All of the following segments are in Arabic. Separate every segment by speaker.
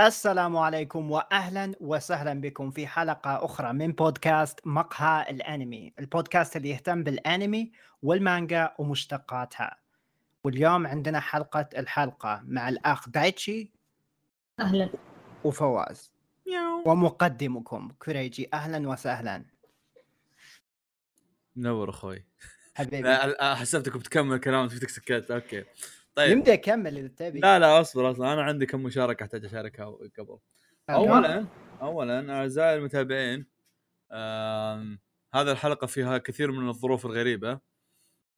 Speaker 1: السلام عليكم واهلا وسهلا بكم في حلقه اخرى من بودكاست مقهى الانمي، البودكاست اللي يهتم بالانمي والمانجا ومشتقاتها. واليوم عندنا حلقه الحلقه مع الاخ دايتشي
Speaker 2: اهلا
Speaker 1: وفواز. ومقدمكم كريجي اهلا وسهلا
Speaker 3: منور اخوي
Speaker 1: حبيبي
Speaker 3: لا آه، حسبتك بتكمل كلام بدك سكت اوكي طيب
Speaker 1: نبدا كمل اذا تبي
Speaker 3: لا لا اصبر اصلا انا عندي كم مشاركه احتاج اشاركها قبل اولا اولا اعزائي المتابعين آم، هذا الحلقه فيها كثير من الظروف الغريبه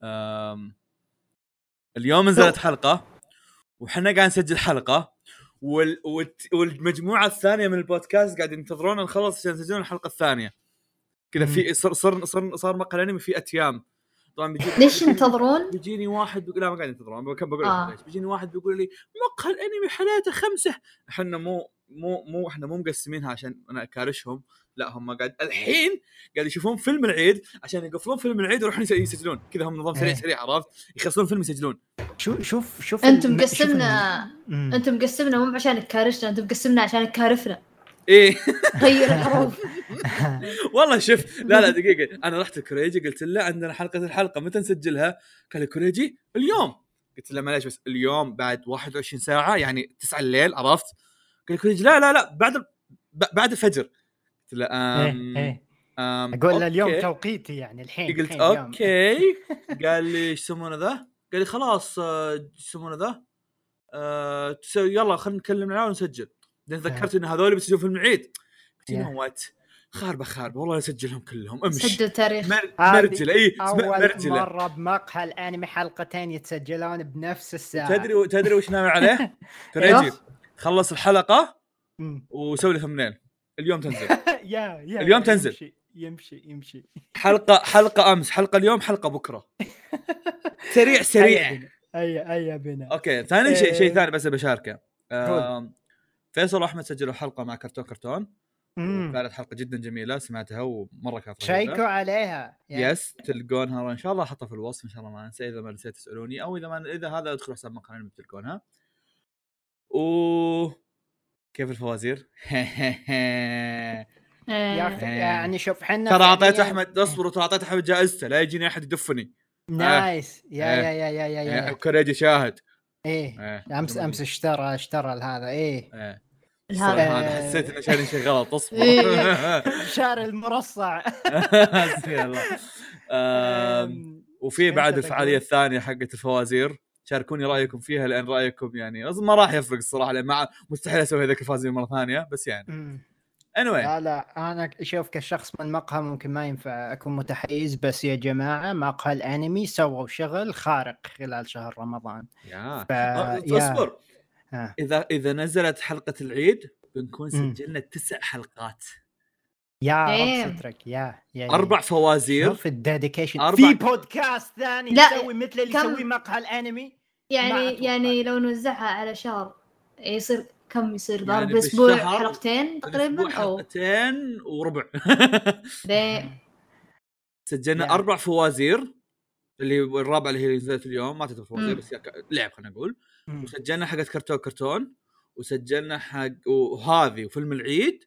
Speaker 3: آم، اليوم نزلت حلقه وحنا قاعد نسجل حلقه وال... والت- والمجموعه الثانيه من البودكاست قاعد ينتظرونا نخلص عشان يسجلون الحلقه الثانيه كذا في صر صر صر صار مقهى الانمي في اتيام طبعا بيجي
Speaker 2: ليش ينتظرون؟
Speaker 3: بيجيني واحد بيقول لا ما قاعد ينتظرون بقول بقول لك
Speaker 2: آه.
Speaker 3: ليش بيجيني واحد بيقول لي مقهى الانمي حالاته خمسه احنا مو مو مو احنا مو مقسمينها عشان انا اكارشهم لا هم قاعد الحين قاعد يشوفون فيلم العيد عشان يقفلون فيلم العيد ويروحون يس- يسجلون كذا هم نظام سريع
Speaker 1: إيه.
Speaker 3: سريع عرفت يخلصون فيلم يسجلون
Speaker 1: شو شوف شوف
Speaker 2: انتم
Speaker 1: الم- شوف
Speaker 2: مقسمنا
Speaker 1: الم-
Speaker 2: انتم مقسمنا مو عشان تكارشنا انتم مقسمنا عشان تكارفنا
Speaker 3: ايه
Speaker 2: غير الحروف
Speaker 3: والله شوف لا لا دقيقه انا رحت لكوريجي قلت له عندنا حلقه الحلقه متى نسجلها؟ قال لي كوريجي اليوم قلت له معليش بس اليوم بعد 21 ساعه يعني 9 الليل عرفت؟ قال لي كوريجي لا لا لا بعد ال- ب- بعد الفجر قلت له
Speaker 1: إيه،
Speaker 3: أم
Speaker 1: إيه.
Speaker 3: أم
Speaker 1: اقول له اليوم
Speaker 3: أوكي.
Speaker 1: توقيتي يعني الحين
Speaker 3: قلت
Speaker 1: الحين اليوم.
Speaker 3: اوكي قال لي ايش يسمونه ذا؟ قال لي خلاص آه، ايش يسمونه ذا؟ آه، تسوي- يلا خلينا نتكلم العيال ونسجل بعدين تذكرت ان هذول بيسجلون في المعيد قلت يو
Speaker 1: Yeah.
Speaker 3: نو وات خاربه خاربه والله اسجلهم كلهم امشي
Speaker 2: سجل تاريخ
Speaker 3: مر...
Speaker 1: هذه
Speaker 3: مرجله اي
Speaker 1: اول
Speaker 3: مرجله
Speaker 1: مره بمقهى الانمي حلقتين يتسجلون بنفس الساعه
Speaker 3: تدري تدري وش ناوي عليه؟ كريجي
Speaker 1: أيوه.
Speaker 3: خلص الحلقه
Speaker 1: مم.
Speaker 3: وسوي لي ثمنيل اليوم تنزل
Speaker 1: يا يا
Speaker 3: اليوم تنزل.
Speaker 1: يمشي يمشي يمشي
Speaker 3: حلقه حلقه امس حلقه اليوم حلقه بكره سريع
Speaker 1: هيا
Speaker 3: سريع
Speaker 1: بنا. هيا هيا بنا
Speaker 3: اوكي ثاني شيء
Speaker 1: إيه.
Speaker 3: شيء ثاني بس بشاركه آم، فيصل واحمد سجلوا حلقه مع كرتون كرتون
Speaker 1: مم.
Speaker 3: كانت حلقه جدا جميله سمعتها ومره كانت رهيبة.
Speaker 1: شيكوا عليها يعني
Speaker 3: يس تلقونها ان شاء الله احطها في الوصف ان شاء الله ما انسى اذا ما نسيت تسالوني او اذا ما اذا هذا ادخلوا حساب مقهى بتلقونها و كيف الفوازير؟
Speaker 2: آه،
Speaker 1: يا أخي
Speaker 3: إيه.
Speaker 1: يعني شوف حنا
Speaker 3: ترى اعطيت
Speaker 1: فعلياً-
Speaker 3: احمد اصبروا ترى اعطيت احمد جائزته لا يجيني احد يدفني
Speaker 1: نايس يا
Speaker 3: إيه.
Speaker 1: يا يا يا يا
Speaker 3: إيه،
Speaker 1: يا
Speaker 3: كوريجي شاهد
Speaker 1: ايه
Speaker 3: إيه.
Speaker 1: امس امس اشترى اشترى هذا ايه
Speaker 3: إيه.
Speaker 2: الهذا.
Speaker 3: صراحة أنا حسيت انه شايلين شيء غلط اصبر
Speaker 2: إيه.
Speaker 1: شعر المرصع
Speaker 3: حسبي الله. آم،
Speaker 1: أم،
Speaker 3: وفي
Speaker 1: أنت
Speaker 3: بعد
Speaker 1: تقول؟
Speaker 3: الفعاليه الثانيه حقت الفوازير شاركوني رايكم فيها لان رايكم يعني أصلاً ما راح يفرق الصراحه لان ما مستحيل اسوي هذاك الفوازير مره ثانيه بس يعني
Speaker 1: أمم.
Speaker 3: anyway
Speaker 1: لا لا انا شوف كشخص من مقهى ممكن ما ينفع اكون متحيز بس يا جماعه مقهى الانمي سووا شغل خارق خلال شهر رمضان
Speaker 3: يا
Speaker 1: ف... يا.
Speaker 3: اصبر
Speaker 1: ها.
Speaker 3: اذا اذا نزلت حلقه العيد بنكون
Speaker 1: مم.
Speaker 3: سجلنا تسع حلقات
Speaker 1: يا
Speaker 2: Damn.
Speaker 1: رب سترك يا يا يا-
Speaker 3: اربع فوازير
Speaker 1: إيه. شوف الديديكيشن
Speaker 3: أربع-
Speaker 1: في بودكاست ثاني
Speaker 2: لا،
Speaker 1: يسوي مثل اللي
Speaker 2: كم-
Speaker 1: يسوي مقهى الانمي ما
Speaker 2: يعني
Speaker 1: أتوقع.
Speaker 2: يعني لو نوزعها على شهر يصير كم يصير ضرب
Speaker 3: يعني
Speaker 2: بالاسبوع
Speaker 3: بالشهر-
Speaker 2: حلقتين
Speaker 3: بالأسبوع
Speaker 2: تقريبا او
Speaker 3: حلقتين وربع
Speaker 2: ذي-
Speaker 3: سجلنا
Speaker 1: يا.
Speaker 3: اربع فوازير اللي الرابعه اللي هي نزلت اليوم ما تعتبر فوازير
Speaker 2: مم.
Speaker 3: بس هي ك- لعب خلينا نقول
Speaker 1: مم.
Speaker 3: وسجلنا حقت كرتون كرتون وسجلنا حق وهذه وفيلم العيد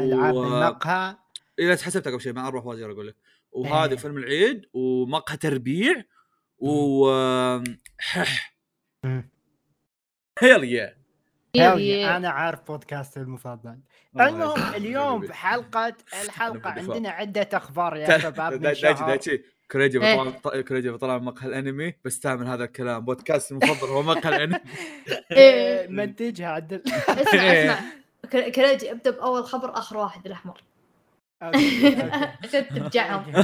Speaker 1: العاب
Speaker 3: و...
Speaker 1: المقهى
Speaker 3: اذا حسبتها قبل شيء مع اربع فوازير اقول لك وهذه
Speaker 1: إيه.
Speaker 3: فيلم العيد ومقهى تربيع و حح
Speaker 1: مم.
Speaker 3: هيل يا
Speaker 2: ذي-
Speaker 1: يلا، انا عارف بودكاستي المفضل المهم اليوم في حلقه الحلقه
Speaker 3: بالدفاع.
Speaker 1: عندنا عده اخبار يا شباب من
Speaker 3: دايتشي
Speaker 1: شهر
Speaker 3: دايتشي كريجي
Speaker 2: إيه.
Speaker 3: بطلع كريجي بطلع من مقهى الانمي بستعمل هذا الكلام بودكاست المفضل هو مقهى الانمي
Speaker 2: إيه.
Speaker 1: منتجها عدل
Speaker 2: اسمع
Speaker 1: إيه.
Speaker 2: اسمع كر- كريجي ابدا باول خبر اخر واحد الاحمر
Speaker 1: أوكي، أوكي.
Speaker 2: عشان ترجعهم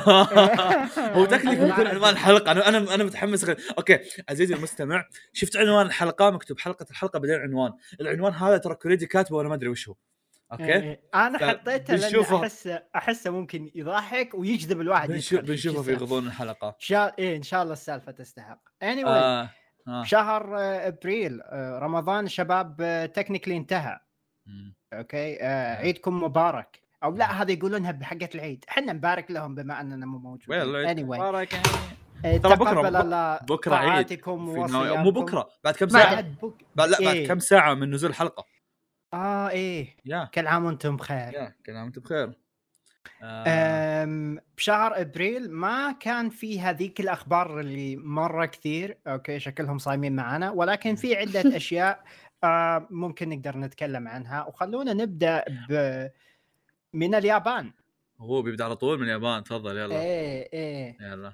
Speaker 3: هو تكليف يكون عنوان الحلقه انا انا انا متحمس غير. اوكي عزيزي المستمع شفت عنوان الحلقه مكتوب حلقه الحلقه بعدين عنوان العنوان هذا ترى كوريجي كاتبه وانا ما ادري وش هو اوكي
Speaker 1: إيه، انا
Speaker 3: ف-
Speaker 1: حطيته لان
Speaker 3: بنشوفه.
Speaker 1: احسه احسه ممكن يضحك ويجذب الواحد
Speaker 3: بنشوف
Speaker 1: يدخل
Speaker 3: بنشوفه في
Speaker 1: الجزء.
Speaker 3: غضون الحلقه
Speaker 1: ان شاء ايه ان شاء الله السالفه تستحق اني anyway,
Speaker 3: آه. آه.
Speaker 1: شهر آه، ابريل آه، رمضان شباب تكنيكلي انتهى
Speaker 3: مم.
Speaker 1: اوكي آه، عيدكم مبارك او
Speaker 3: آه.
Speaker 1: لا هذا يقولونها بحقه العيد احنا نبارك لهم بما اننا مو موجودين
Speaker 3: والله،
Speaker 1: anyway,
Speaker 3: مبارك يعني.
Speaker 1: آه،
Speaker 3: ترى بكرة-
Speaker 1: تقبل الله
Speaker 3: بكره عيد
Speaker 1: طاعاتكم
Speaker 3: في نهاية- مو
Speaker 1: ووصياتكم.
Speaker 3: بكره بعد كم ساعه
Speaker 1: بعد بك...
Speaker 3: بعد لا بعد
Speaker 1: إيه.
Speaker 3: كم ساعه من نزول الحلقه
Speaker 1: اه ايه
Speaker 3: يا
Speaker 1: كل عام وانتم بخير
Speaker 3: يا كل عام وانت بخير آه،
Speaker 1: أم بشهر ابريل ما كان في هذيك الاخبار اللي مره كثير اوكي شكلهم صايمين معنا ولكن في عده اشياء آه، ممكن نقدر نتكلم عنها وخلونا نبدا ب من اليابان
Speaker 3: هو بيبدا على طول من اليابان تفضل يلا
Speaker 1: ايه ايه
Speaker 3: يلا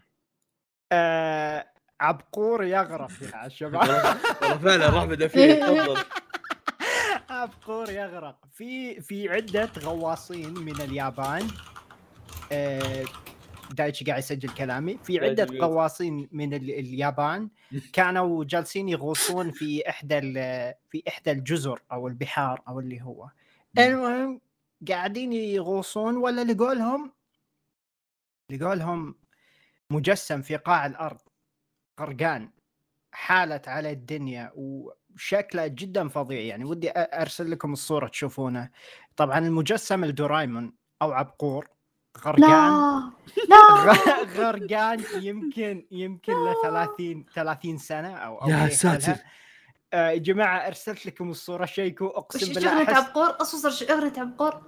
Speaker 1: آه، عبقور يغرف يا شباب
Speaker 3: والله والله فعلا راح بدا فيه تفضل
Speaker 1: عبقور يغرق في في عده غواصين من اليابان آه، دايتشي قاعد يسجل كلامي في
Speaker 3: دايتشي
Speaker 1: عده
Speaker 3: بيوت.
Speaker 1: غواصين من ال- اليابان كانوا جالسين يغوصون في احدى ال- في احدى الجزر او البحار او اللي هو المهم قاعدين يغوصون ولا لقوا لهم لقوا لهم مجسم في قاع الارض غرقان حالت على الدنيا وشكله جدا فظيع يعني ودي أ- ارسل لكم الصوره تشوفونه طبعا المجسم الدورايمون او عبقور غرقان
Speaker 2: لا لا
Speaker 1: غ- غرقان يمكن يمكن له 30 30 سنه او أو
Speaker 3: يا
Speaker 1: إيه
Speaker 3: ساتر
Speaker 1: حالها. آه، يا جماعه ارسلت لكم الصوره شيكو
Speaker 2: وش
Speaker 1: اقسم بالله
Speaker 2: شغلة
Speaker 1: أحس...
Speaker 2: عبقور اصلا شو اغنية عبقور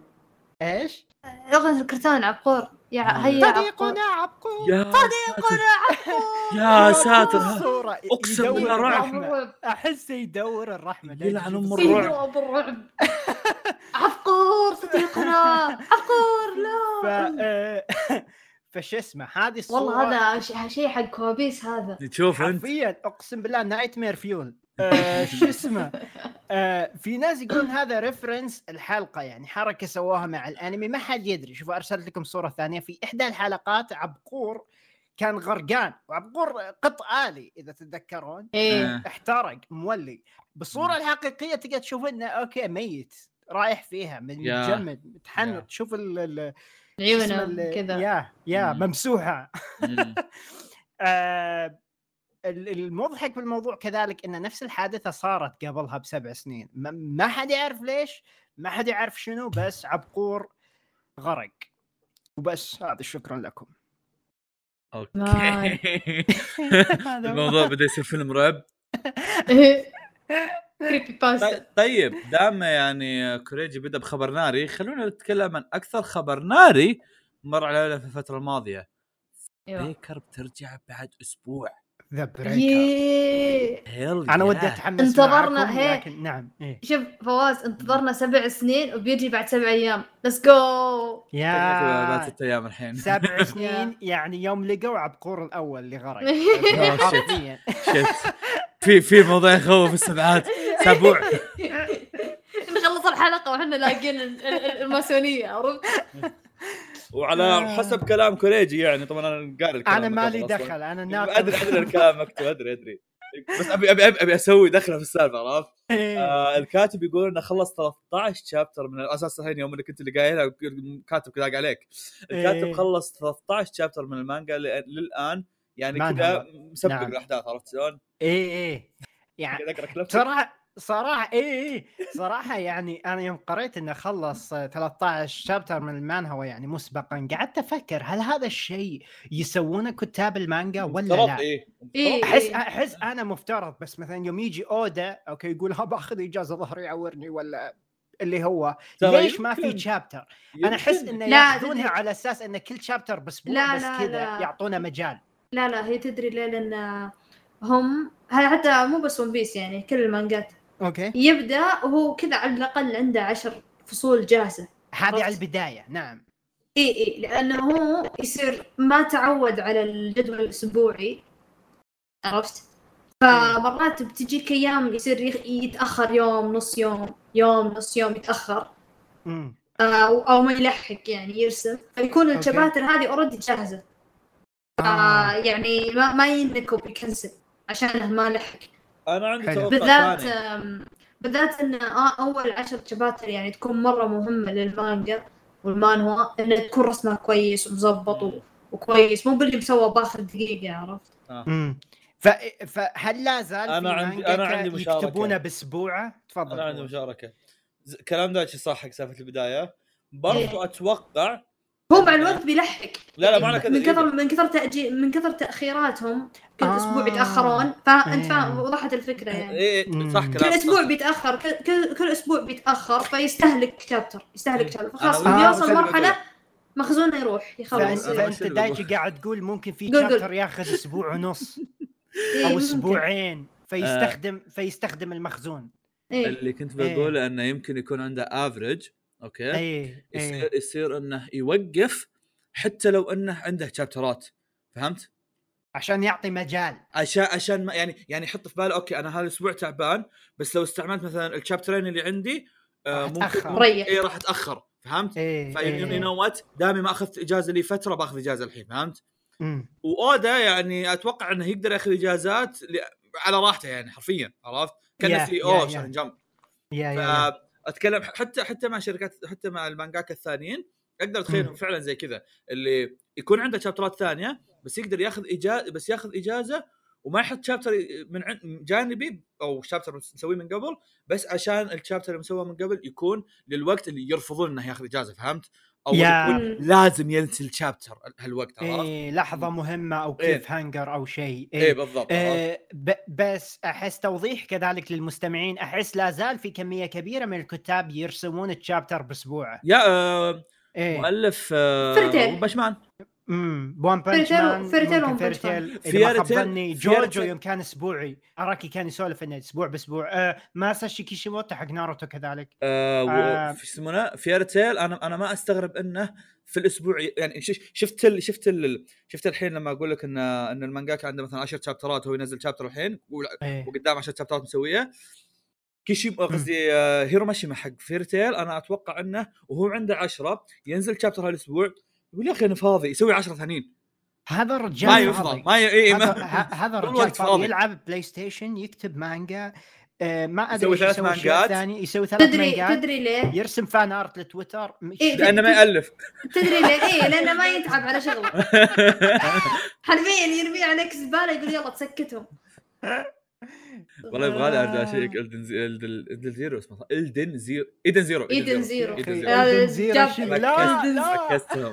Speaker 1: ايش؟
Speaker 2: اغنية الكرتون عبقور يا
Speaker 1: آه.
Speaker 2: ع-
Speaker 1: طيب،
Speaker 2: هيا عبقور
Speaker 1: صديقنا عبقور
Speaker 3: يا ساتر يا ساتر ها-
Speaker 1: الصورة
Speaker 3: أقسم
Speaker 1: يدور
Speaker 3: بالله رعب.
Speaker 1: الرحمة. احسه يدور الرحمه
Speaker 3: يلعن أم
Speaker 1: دايتشي.
Speaker 3: الرعب.
Speaker 2: الرعب الرعب عبقور صديقنا عبقور
Speaker 1: ف
Speaker 2: لا
Speaker 1: آه، فش اسمه هذه الصوره
Speaker 2: والله هذا ش- شيء حق كوابيس هذا
Speaker 3: تشوف انت
Speaker 1: حرفيا اقسم بالله نايت مير فيول آه، شو اسمه آه، في ناس يقولون هذا ريفرنس الحلقه يعني حركه سووها مع الانمي ما حد يدري شوفوا ارسلت لكم صوره ثانيه في احدى الحلقات عبقور كان غرقان وعبقور قط الي اذا تتذكرون
Speaker 2: ايه
Speaker 1: احترق مولي بالصوره الحقيقيه تقدر تشوف انه اوكي ميت رايح فيها من
Speaker 3: يا.
Speaker 1: متجمد
Speaker 3: يا.
Speaker 1: متحنط تشوف ال- ال شو اسمه
Speaker 2: عيونه
Speaker 1: ال-
Speaker 2: كذا
Speaker 1: يا يا
Speaker 3: مم.
Speaker 1: ممسوحه
Speaker 3: مم.
Speaker 1: آه، ال- المضحك بالموضوع كذلك ان نفس الحادثه صارت قبلها بسبع سنين ما- ما حد يعرف ليش ما حد يعرف شنو بس عبقور غرق وبس هذا شكرا لكم
Speaker 3: اوكي
Speaker 1: هذا هو.
Speaker 3: الموضوع بدا يصير فيلم رعب
Speaker 2: كريبي باستا
Speaker 3: طي- طيب دام يعني كوريجي بدا بخبر ناري خلونا نتكلم عن اكثر خبر ناري مر علينا في الفتره الماضيه
Speaker 1: إيه،
Speaker 3: بريكر بترجع بعد اسبوع
Speaker 1: ذا بريكر
Speaker 2: ييه.
Speaker 3: هيل
Speaker 1: انا ودي اتحمس
Speaker 2: انتظرنا،
Speaker 1: معاكم،
Speaker 2: هي.
Speaker 1: لكن نعم إيه.
Speaker 2: شوف فواز انتظرنا سبع سنين وبيجي بعد سبع ايام ليتس جو
Speaker 3: بعد
Speaker 1: يا
Speaker 3: ست ايام الحين
Speaker 1: سبع سنين يعني يوم لقوا عبقور الاول اللي غرق
Speaker 3: Oh, shit.
Speaker 1: حرفياً.
Speaker 3: شت. في في موضوع يخوف السبعات سبوع
Speaker 2: نخلص الحلقه واحنا لاقين ال- ال- ال- الماسونيه عرفت؟
Speaker 3: وعلى حسب كلام كوريجي يعني طبعا انا قاري الكلام
Speaker 1: انا
Speaker 3: من
Speaker 1: مالي
Speaker 3: قبل أصلاً.
Speaker 1: دخل انا ناطر
Speaker 3: ادري ادري الكلام مكتوب ادري ادري بس ابي ابي ابي, أبي اسوي دخله في السالفه عرفت؟
Speaker 1: إيه.
Speaker 3: آه الكاتب يقول انه خلص 13 شابتر من اساس الحين يوم انك انت اللي قايلها كاتب كذا عليك الكاتب
Speaker 1: إيه.
Speaker 3: خلص 13 شابتر من المانجا لأ- للان يعني
Speaker 1: ما
Speaker 3: كذا مسبق
Speaker 1: نعم.
Speaker 3: الاحداث عرفت شلون؟
Speaker 1: ايه ايه يعني
Speaker 3: قاعد اقرا كلام
Speaker 1: صراحه صراحه اي اي صراحه إيه، يعني انا يوم قريت انه خلص آه، 13 شابتر من المانهوا يعني مسبقا قعدت افكر هل هذا الشيء يسوونه كتاب المانجا ولا
Speaker 3: افترض
Speaker 1: لا؟
Speaker 3: ايه
Speaker 2: ايه
Speaker 1: احس
Speaker 2: إيه.
Speaker 1: احس انا مفترض بس مثلا يوم يجي اودا اوكي يقول ها باخذ اجازه ظهري يعورني ولا اللي هو
Speaker 3: ترى
Speaker 1: ليش ما في
Speaker 3: يمكن-
Speaker 1: شابتر؟ انا احس
Speaker 3: يمكن.
Speaker 1: انه
Speaker 2: لا،
Speaker 1: ياخذونها
Speaker 2: تدري-
Speaker 1: على اساس ان كل شابتر باسبوع
Speaker 2: لا،
Speaker 1: بس
Speaker 2: لا،
Speaker 1: كذا
Speaker 2: لا.
Speaker 1: يعطونا مجال
Speaker 2: لا لا هي تدري ليه لان هم ه- حتى مو بس ون بيس يعني كل المانجات
Speaker 1: اوكي
Speaker 2: يبدا وهو كذا على الاقل عنده عشر فصول جاهزه
Speaker 1: هذه على
Speaker 2: عرفت؟
Speaker 1: البدايه نعم
Speaker 2: اي اي لانه هو يصير ما تعود على الجدول الاسبوعي عرفت؟ فمرات بتجيك ايام يصير يخ- يتاخر يوم نص يوم يوم نص يوم يتاخر
Speaker 1: امم
Speaker 2: او آه، أو ما يلحق يعني يرسم فيكون
Speaker 1: أوكي.
Speaker 2: الشباتر هذه اوريدي جاهزه آه يعني ما, ما ينكب يكنسل عشانه ما لحق
Speaker 3: انا عندي
Speaker 1: حلو.
Speaker 3: توقع
Speaker 2: بالذات
Speaker 3: ثاني
Speaker 2: آم، بالذات ان آه اول عشر شباتر يعني تكون مره مهمه للمانجا والمانهوا انه تكون رسمها كويس ومظبط و- وكويس مو باللي مسوى باخر دقيقه عرفت؟
Speaker 1: امم ف... فهل لا زال
Speaker 3: أنا
Speaker 1: في
Speaker 3: عندي-
Speaker 1: مانجاكا
Speaker 3: أنا عندي مشاركة.
Speaker 1: يكتبونه باسبوعه تفضل
Speaker 3: انا عندي
Speaker 1: فوز.
Speaker 2: إيه.
Speaker 3: مشاركه ز- كلام دايتشي صح حق سالفه البدايه برضو اتوقع
Speaker 2: هو مع الوقت بيلحق
Speaker 3: لا لا معنى كذا
Speaker 2: من
Speaker 3: إيه.
Speaker 2: كثر من كثر تاجيل من كثر تاخيراتهم كل
Speaker 1: آه.
Speaker 2: اسبوع يتاخرون فانت
Speaker 1: إيه.
Speaker 2: فاهم وضحت الفكره يعني
Speaker 3: ايه صح
Speaker 1: مم.
Speaker 3: كلامك
Speaker 2: كل اسبوع
Speaker 3: صح.
Speaker 2: بيتاخر كل- كل كل اسبوع بيتاخر فيستهلك شابتر يستهلك شابتر خلاص
Speaker 3: أنا-
Speaker 1: آه،
Speaker 2: بيوصل
Speaker 3: فهمت.
Speaker 2: مرحله مخزونه يروح
Speaker 1: فأنت,
Speaker 2: يخلص
Speaker 3: أنا- أنا
Speaker 1: فأنت
Speaker 3: بشيل
Speaker 1: دايجي
Speaker 3: الوضوح.
Speaker 1: قاعد تقول ممكن في
Speaker 2: قول- قول.
Speaker 1: شابتر ياخذ اسبوع ونص
Speaker 2: إيه،
Speaker 1: او
Speaker 2: ممكن.
Speaker 1: اسبوعين فيستخدم
Speaker 3: آه.
Speaker 1: فيستخدم المخزون
Speaker 2: إيه.
Speaker 3: اللي كنت
Speaker 1: إيه.
Speaker 3: بقوله انه يمكن يكون عنده افرج اوكي
Speaker 1: اي
Speaker 3: يصير يصير انه يوقف حتى لو انه عنده شابترات فهمت؟
Speaker 1: عشان يعطي مجال
Speaker 3: عشان عشان ما يعني يعني يحط في باله اوكي انا هذا الاسبوع تعبان بس لو استعملت مثلا الشابترين اللي عندي آه
Speaker 1: راح
Speaker 3: ممكن
Speaker 1: أتأخر. إيه،
Speaker 3: ممكن-
Speaker 2: ريح.
Speaker 3: اي راح اتاخر فهمت؟
Speaker 1: اي
Speaker 3: فيو نو وات دامي ما اخذت اجازه لي فتره باخذ اجازه الحين فهمت؟ واودا يعني اتوقع انه يقدر ياخذ اجازات ل... على راحته يعني حرفيا عرفت؟ E كان
Speaker 1: Yeah,
Speaker 3: سي
Speaker 1: yeah,
Speaker 3: او
Speaker 1: yeah.
Speaker 3: شان جمب
Speaker 1: يا يا
Speaker 3: فاتكلم حتى حتى مع شركات حتى مع المانجاكا الثانيين اقدر اتخيلهم
Speaker 1: مم.
Speaker 3: فعلا زي كذا اللي يكون عنده شابترات ثانيه بس يقدر ياخذ اجازه بس ياخذ اجازه وما يحط شابتر من عن- جانبي او شابتر مسويه من قبل بس عشان الشابتر اللي مسويه من قبل يكون للوقت اللي يرفضون انه ياخذ اجازه فهمت؟ او
Speaker 1: يا.
Speaker 3: يكون لازم ينسى الشابتر هالوقت عرفت؟
Speaker 1: اي لحظه مهمه او
Speaker 3: إيه.
Speaker 1: كيف هانجر او شيء
Speaker 3: اي
Speaker 1: إيه.
Speaker 3: بالضبط عرفت؟
Speaker 1: إيه، ب- بس احس توضيح كذلك للمستمعين احس لا زال في كميه كبيره من الكتاب يرسمون الشابتر باسبوعه
Speaker 3: يا آه،
Speaker 1: ايه
Speaker 3: مؤلف آه،
Speaker 2: فرتين.
Speaker 3: وبشمان
Speaker 1: امم بون بانش
Speaker 2: فيرتيل-
Speaker 1: مان
Speaker 2: فيرتيل
Speaker 1: ممكن
Speaker 2: وون بانش
Speaker 1: فيرتيل
Speaker 3: مان.
Speaker 1: اذا ما خاب
Speaker 3: فيرتيل-
Speaker 1: ظني جوجو
Speaker 3: فيرتيل.
Speaker 1: يوم كان اسبوعي اراكي كان يسولف انه اسبوع باسبوع آه ماساشي كيشيموتو حق ناروتو كذلك
Speaker 3: آه، و-
Speaker 1: آه.
Speaker 3: في شو يسمونه فيرتيل انا انا ما استغرب انه في الاسبوع ي- يعني ش- شفت ال شفت ال شفت الحين لما اقول لك ان ان المانجاكا عنده مثلا 10 شابترات هو ينزل شابتر الحين و-
Speaker 1: ايه
Speaker 3: وقدام 10 شابترات مسويه كيشي قصدي آه، هيروماشيما حق فيرتيل انا اتوقع انه وهو عنده 10 ينزل شابتر هالاسبوع يقول يا اخي انا فاضي يسوي 10 ثانيين
Speaker 1: هذا
Speaker 3: ما
Speaker 1: الرجال
Speaker 3: يفضى
Speaker 1: فاضي.
Speaker 3: ما ي... إيه،
Speaker 1: هذا-
Speaker 3: ما...
Speaker 1: ه- هذا
Speaker 3: طول
Speaker 1: الرجال
Speaker 3: الوقت
Speaker 1: فاضي
Speaker 3: فاضي.
Speaker 1: يلعب بلاي ستيشن يكتب مانجا آه، ما ادري
Speaker 3: يسوي
Speaker 1: إيش
Speaker 3: ثلاث
Speaker 1: يسوي أشياء
Speaker 3: مانجات.
Speaker 1: ثانية يسوي ثلاث
Speaker 2: تدري
Speaker 1: مانجات
Speaker 2: تدري ليه؟
Speaker 1: يرسم فان ارت لتويتر مش-
Speaker 2: إيه،
Speaker 3: لانه ما يالف
Speaker 2: تدري ليه؟ ايه لانه ما يتعب على شغله حرفيا يرمي عليك زباله يقول يلا تسكتهم
Speaker 3: والله يبغى لي ارجع
Speaker 1: آه.
Speaker 3: اشيك الدن زي- الدن الدن زيرو اسمه صح؟ الدن زيرو ايدن زيرو
Speaker 2: إيدن زيرو.
Speaker 3: إيدن
Speaker 1: أخي،
Speaker 3: زيرو.
Speaker 2: آه،
Speaker 1: إيدن زيرو
Speaker 2: جاب-
Speaker 1: شي- لا
Speaker 2: ركزت-
Speaker 1: لا
Speaker 3: ركزتهم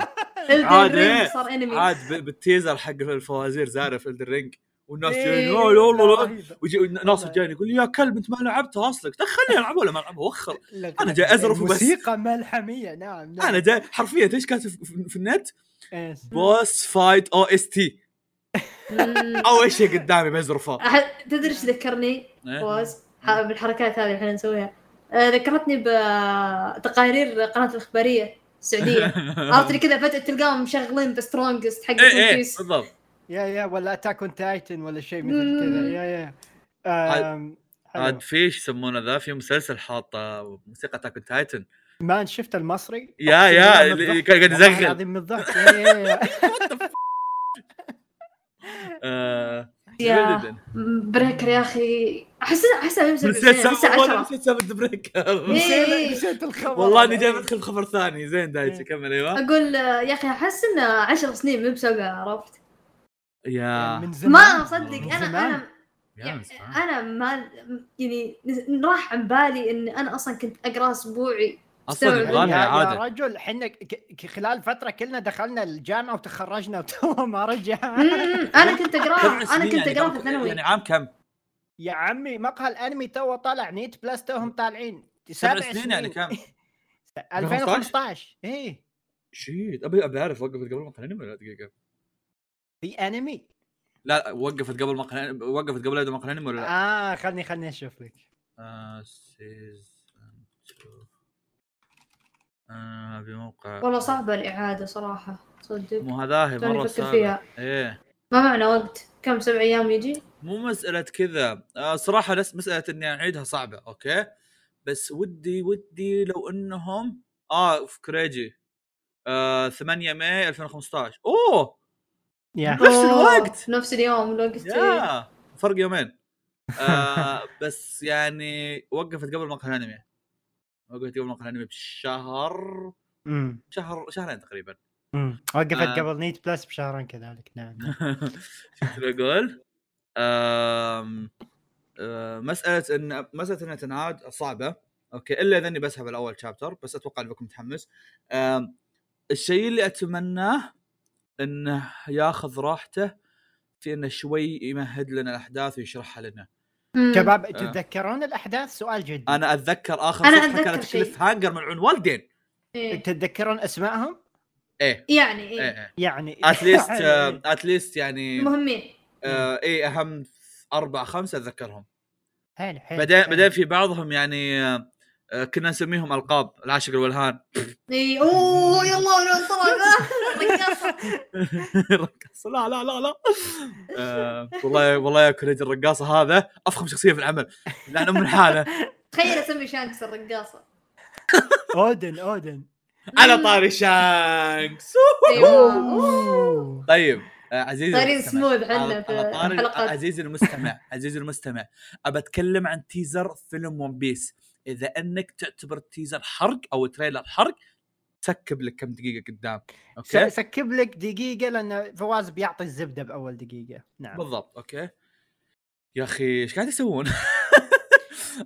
Speaker 3: عاد
Speaker 2: Elden
Speaker 3: إيه.
Speaker 2: Ring صار انمي
Speaker 1: يعني.
Speaker 3: عاد ب- بالتيزر حق الفوازير زارف الدن رينج والناس
Speaker 1: إيه، نعم.
Speaker 3: جايين "أوه، لا والله لا
Speaker 1: رهيبة.
Speaker 3: ويجي ناصر جايين يقول يا كلب انت ما لعبته اصلك دخلني العب ولا ما العب وخر
Speaker 1: لا،
Speaker 3: أنا جاي أزرف وبس.
Speaker 1: موسيقى ملحميه نعم نعم.
Speaker 3: انا جاي حرفيا ايش كاتب في- في النت
Speaker 1: إيه.
Speaker 3: بوس فايت او اس تي
Speaker 2: مم.
Speaker 3: اول شيء قدامي بزرفه
Speaker 2: أح- تدري ايش ذكرني؟
Speaker 3: إيه.
Speaker 2: فوز ح- بالحركات هذه اللي احنا نسويها آه، ذكرتني بتقارير قناه الاخباريه السعوديه عرفت اللي كذا فجاه تلقاهم مشغلين ذا سترونجست حق
Speaker 3: ايه ايه
Speaker 2: كيس
Speaker 3: بالضبط
Speaker 1: يا يا ولا اتاك اون تايتن ولا شيء مثل كذا
Speaker 2: مم.
Speaker 1: يا يا
Speaker 3: عاد-
Speaker 1: آم، حلو.
Speaker 3: عاد في ايش يسمونه ذا في مسلسل حاطه موسيقى تاكو تايتن
Speaker 1: ما شفت المصري
Speaker 3: يا يا
Speaker 1: والله
Speaker 3: اللي
Speaker 1: الضحك.
Speaker 3: قاعد
Speaker 1: والله
Speaker 3: يزغل
Speaker 1: العظيم من الضحك يا- يا- يا.
Speaker 3: آه،
Speaker 2: يا.
Speaker 3: جميل جدا.
Speaker 2: بريكر يا اخي احس احس أمس
Speaker 3: نسيت
Speaker 2: الحين،
Speaker 3: سالفه
Speaker 2: الساعة
Speaker 3: والله
Speaker 2: 10
Speaker 3: نسيت سالفه بريكر
Speaker 2: إيه.
Speaker 1: نسينا- نسيت الخبر
Speaker 3: والله اني جاي بدخل خبر ثاني زين دايتش
Speaker 1: إيه.
Speaker 3: كمل ايوه
Speaker 2: اقول آه، يا اخي احس انه 10 سنين مو بسبعه عرفت
Speaker 3: يا
Speaker 1: آه. يعني من زمان
Speaker 2: ما اصدق
Speaker 1: من
Speaker 2: انا
Speaker 1: زمان.
Speaker 2: انا
Speaker 3: يا
Speaker 2: يعني
Speaker 3: مسكين.
Speaker 2: انا ما يعني راح عن بالي اني انا اصلا كنت اقرا اسبوعي
Speaker 3: اصلا
Speaker 2: استوعب
Speaker 1: يا,
Speaker 3: يبغالها
Speaker 1: يا
Speaker 3: اعاده
Speaker 1: رجل احنا ك- ك- خلال فتره كلنا دخلنا الجامعه وتخرجنا وتو ما رجع
Speaker 2: مم، انا كنت
Speaker 3: سبع
Speaker 2: اقراه انا
Speaker 3: سنين
Speaker 2: كنت
Speaker 3: يعني
Speaker 2: اقراه
Speaker 3: قبل-
Speaker 2: في الثانوي
Speaker 3: يعني عام كم؟
Speaker 1: يا عمي مقهى الانمي تو طلع نيت بلس توهم طالعين
Speaker 3: سبع سنين يعني كم؟
Speaker 1: 2015 ايه
Speaker 3: شيت ابي ابي اعرف وقفت قبل مقهى الانمي ولا دقيقه؟
Speaker 1: في انمي
Speaker 3: لا لا، وقفت قبل مقهى الأنمي- وقفت قبل يبدا مقهى الانمي ولا لا؟
Speaker 1: اه خلني خلني اشوف لك
Speaker 3: آه، سيزن تو. آه، بموقع
Speaker 2: والله صعبة الإعادة صراحة صدق
Speaker 3: مو هذاهي
Speaker 2: توني
Speaker 3: مره
Speaker 2: أفكر
Speaker 3: صعبه
Speaker 2: فيها.
Speaker 3: ايه
Speaker 2: ما معنى وقت كم سبع أيام يجي
Speaker 3: مو مسألة كذا آه، صراحة لس مسألة اني اعيدها صعبة اوكي بس ودي ودي لو انهم اه في كريجي آه 8 ماي 2015 اوه
Speaker 1: يا
Speaker 3: نفس الوقت.
Speaker 2: أوه، نفس اليوم الوقت إيه.
Speaker 3: يا فرق يومين آه بس يعني وقفت قبل مقهى الانمي وقفت قبل مقهى الانمي بشهر
Speaker 1: أمم،
Speaker 3: شهر شهرين تقريبا
Speaker 1: أمم. وقفت
Speaker 3: آه.
Speaker 1: قبل نيت بلس بشهرين كذلك نعم
Speaker 3: شفت شو بقول؟ آم، آه، مسألة ان مسألة انها تنعاد صعبة اوكي الا اذا اني بسحب الاول شابتر بس اتوقع اني بكون متحمس آم، الشيء اللي اتمناه انه ياخذ راحته في انه شوي يمهد لنا الاحداث ويشرحها لنا
Speaker 2: مم.
Speaker 1: شباب
Speaker 3: آه.
Speaker 1: تتذكرون الاحداث سؤال جدي
Speaker 3: انا اتذكر اخر
Speaker 2: أنا
Speaker 3: صفحه
Speaker 2: أتذكر
Speaker 3: كانت
Speaker 2: شيء.
Speaker 3: كليف هانجر من عون والدين
Speaker 2: إيه.
Speaker 1: تتذكرون اسمائهم؟
Speaker 3: ايه
Speaker 2: يعني ايه,
Speaker 3: ايه ايه
Speaker 1: يعني
Speaker 3: اتليست آه، اتليست يعني
Speaker 2: مهمين
Speaker 3: آه، ايه اهم اربع خمسه اتذكرهم
Speaker 1: حلو حلو
Speaker 3: بعدين
Speaker 1: حلو.
Speaker 3: بعدين في بعضهم يعني آه، آه، كنا نسميهم القاب العاشق والهان
Speaker 2: اي اوه إيه. يلا ولو طلع
Speaker 3: الرقاصه لا لا لا لا آه، والله والله يا كريج الرقاصه هذا افخم شخصيه في العمل لان ام الحاله
Speaker 2: تخيل اسمي شانكس الرقاصه
Speaker 1: اودن اودن
Speaker 3: على طاري شانكس
Speaker 2: أيوة.
Speaker 1: أوه.
Speaker 3: طيب آه، عزيزي
Speaker 2: صايرين
Speaker 3: المستمع.
Speaker 2: smooth عنا
Speaker 3: على-
Speaker 2: في
Speaker 3: على طاري
Speaker 2: الحلقات.
Speaker 3: عزيزي المستمع عزيزي المستمع ابى اتكلم عن تيزر فيلم ون بيس اذا انك تعتبر تيزر حرق او تريلر حرق سكب لك كم دقيقه قدام
Speaker 1: س-
Speaker 3: اوكي
Speaker 1: سكب لك دقيقه لان فواز بيعطي الزبده باول دقيقه نعم
Speaker 3: بالضبط اوكي يا اخي ايش قاعد يسوون؟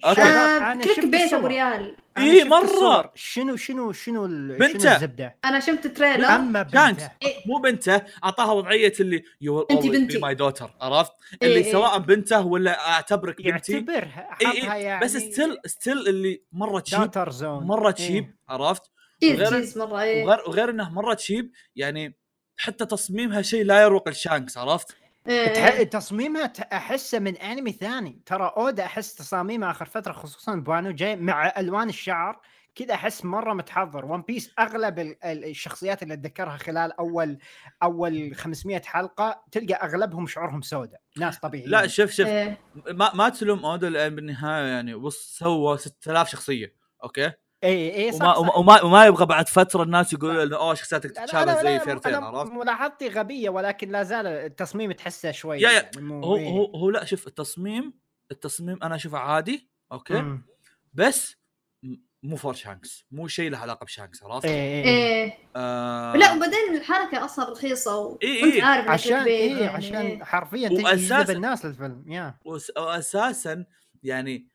Speaker 3: اوكي
Speaker 1: شباب،
Speaker 2: آه،
Speaker 1: أنا
Speaker 2: كليك
Speaker 1: شفت
Speaker 2: بيت
Speaker 1: الصور.
Speaker 2: ابو ريال
Speaker 1: أنا
Speaker 3: إيه،
Speaker 1: شفت
Speaker 3: مرة.
Speaker 1: الصور. شنو شنو شنو ال- شنو
Speaker 3: بنته.
Speaker 1: الزبده؟
Speaker 2: انا شفت تريلر
Speaker 1: اما
Speaker 3: شانكس
Speaker 1: بنته
Speaker 2: إيه.
Speaker 3: مو بنته اعطاها وضعيه اللي يو
Speaker 2: أنت بنتي.
Speaker 3: ماي دوتر عرفت؟
Speaker 2: إيه،
Speaker 3: اللي
Speaker 2: إيه.
Speaker 3: سواء بنته ولا اعتبرك بنتي
Speaker 1: يعتبرها
Speaker 3: إيه،
Speaker 1: حطها يعني
Speaker 3: بس ستيل ستيل اللي مره تشيب
Speaker 1: داتر زون
Speaker 3: مره
Speaker 2: إيه.
Speaker 3: تشيب عرفت؟
Speaker 2: جيز
Speaker 3: وغير-
Speaker 2: جيز مره ايه
Speaker 3: وغير وغير انه مره تشيب يعني حتى تصميمها شيء لا يروق الشانكس عرفت؟
Speaker 2: إيه.
Speaker 1: تح... تصميمها ت- احسه من انمي ثاني ترى اودا احس تصاميمه اخر فتره خصوصا بانو جاي مع الوان الشعر كذا احس مره متحضر ون بيس اغلب ال- ال- الشخصيات اللي اتذكرها خلال اول اول 500 حلقه تلقى اغلبهم شعورهم سوداء ناس طبيعيين
Speaker 3: لا شوف شوف
Speaker 2: إيه.
Speaker 3: ما, ما تلوم اودا لان بالنهايه يعني وص سوى 6000 شخصيه اوكي
Speaker 1: اي اي إيه، صح,
Speaker 3: وما,
Speaker 1: صح.
Speaker 3: وما, وما, وما يبغى بعد فتره الناس يقولوا انه اوه شخصياتك
Speaker 1: أنا-
Speaker 3: تتشابه
Speaker 1: أنا-
Speaker 3: زي
Speaker 1: أنا-
Speaker 3: فيرتيل
Speaker 1: أنا
Speaker 3: عرفت؟
Speaker 1: ملاحظتي غبيه ولكن لا زال التصميم تحسه شوي
Speaker 3: يا- يا،
Speaker 1: مو-
Speaker 3: هو
Speaker 1: إيه.
Speaker 3: هو هو لا شوف التصميم التصميم انا اشوفه عادي اوكي
Speaker 1: مم.
Speaker 3: بس م- مو فور شانكس مو شيء له علاقه بشانكس عرفت؟
Speaker 1: إيه، إيه.
Speaker 2: ايه
Speaker 3: آه،
Speaker 2: لا وبعدين الحركه اصلا رخيصه وانت
Speaker 3: إيه،
Speaker 2: إيه.
Speaker 3: إيه.
Speaker 2: عارف
Speaker 1: عشان
Speaker 2: عشان
Speaker 1: إيه
Speaker 2: يعني.
Speaker 1: عشان
Speaker 2: إيه.
Speaker 1: حرفيا تجي تجذب
Speaker 3: وأساساً-
Speaker 1: الناس للفيلم يا
Speaker 3: وأس- واساسا يعني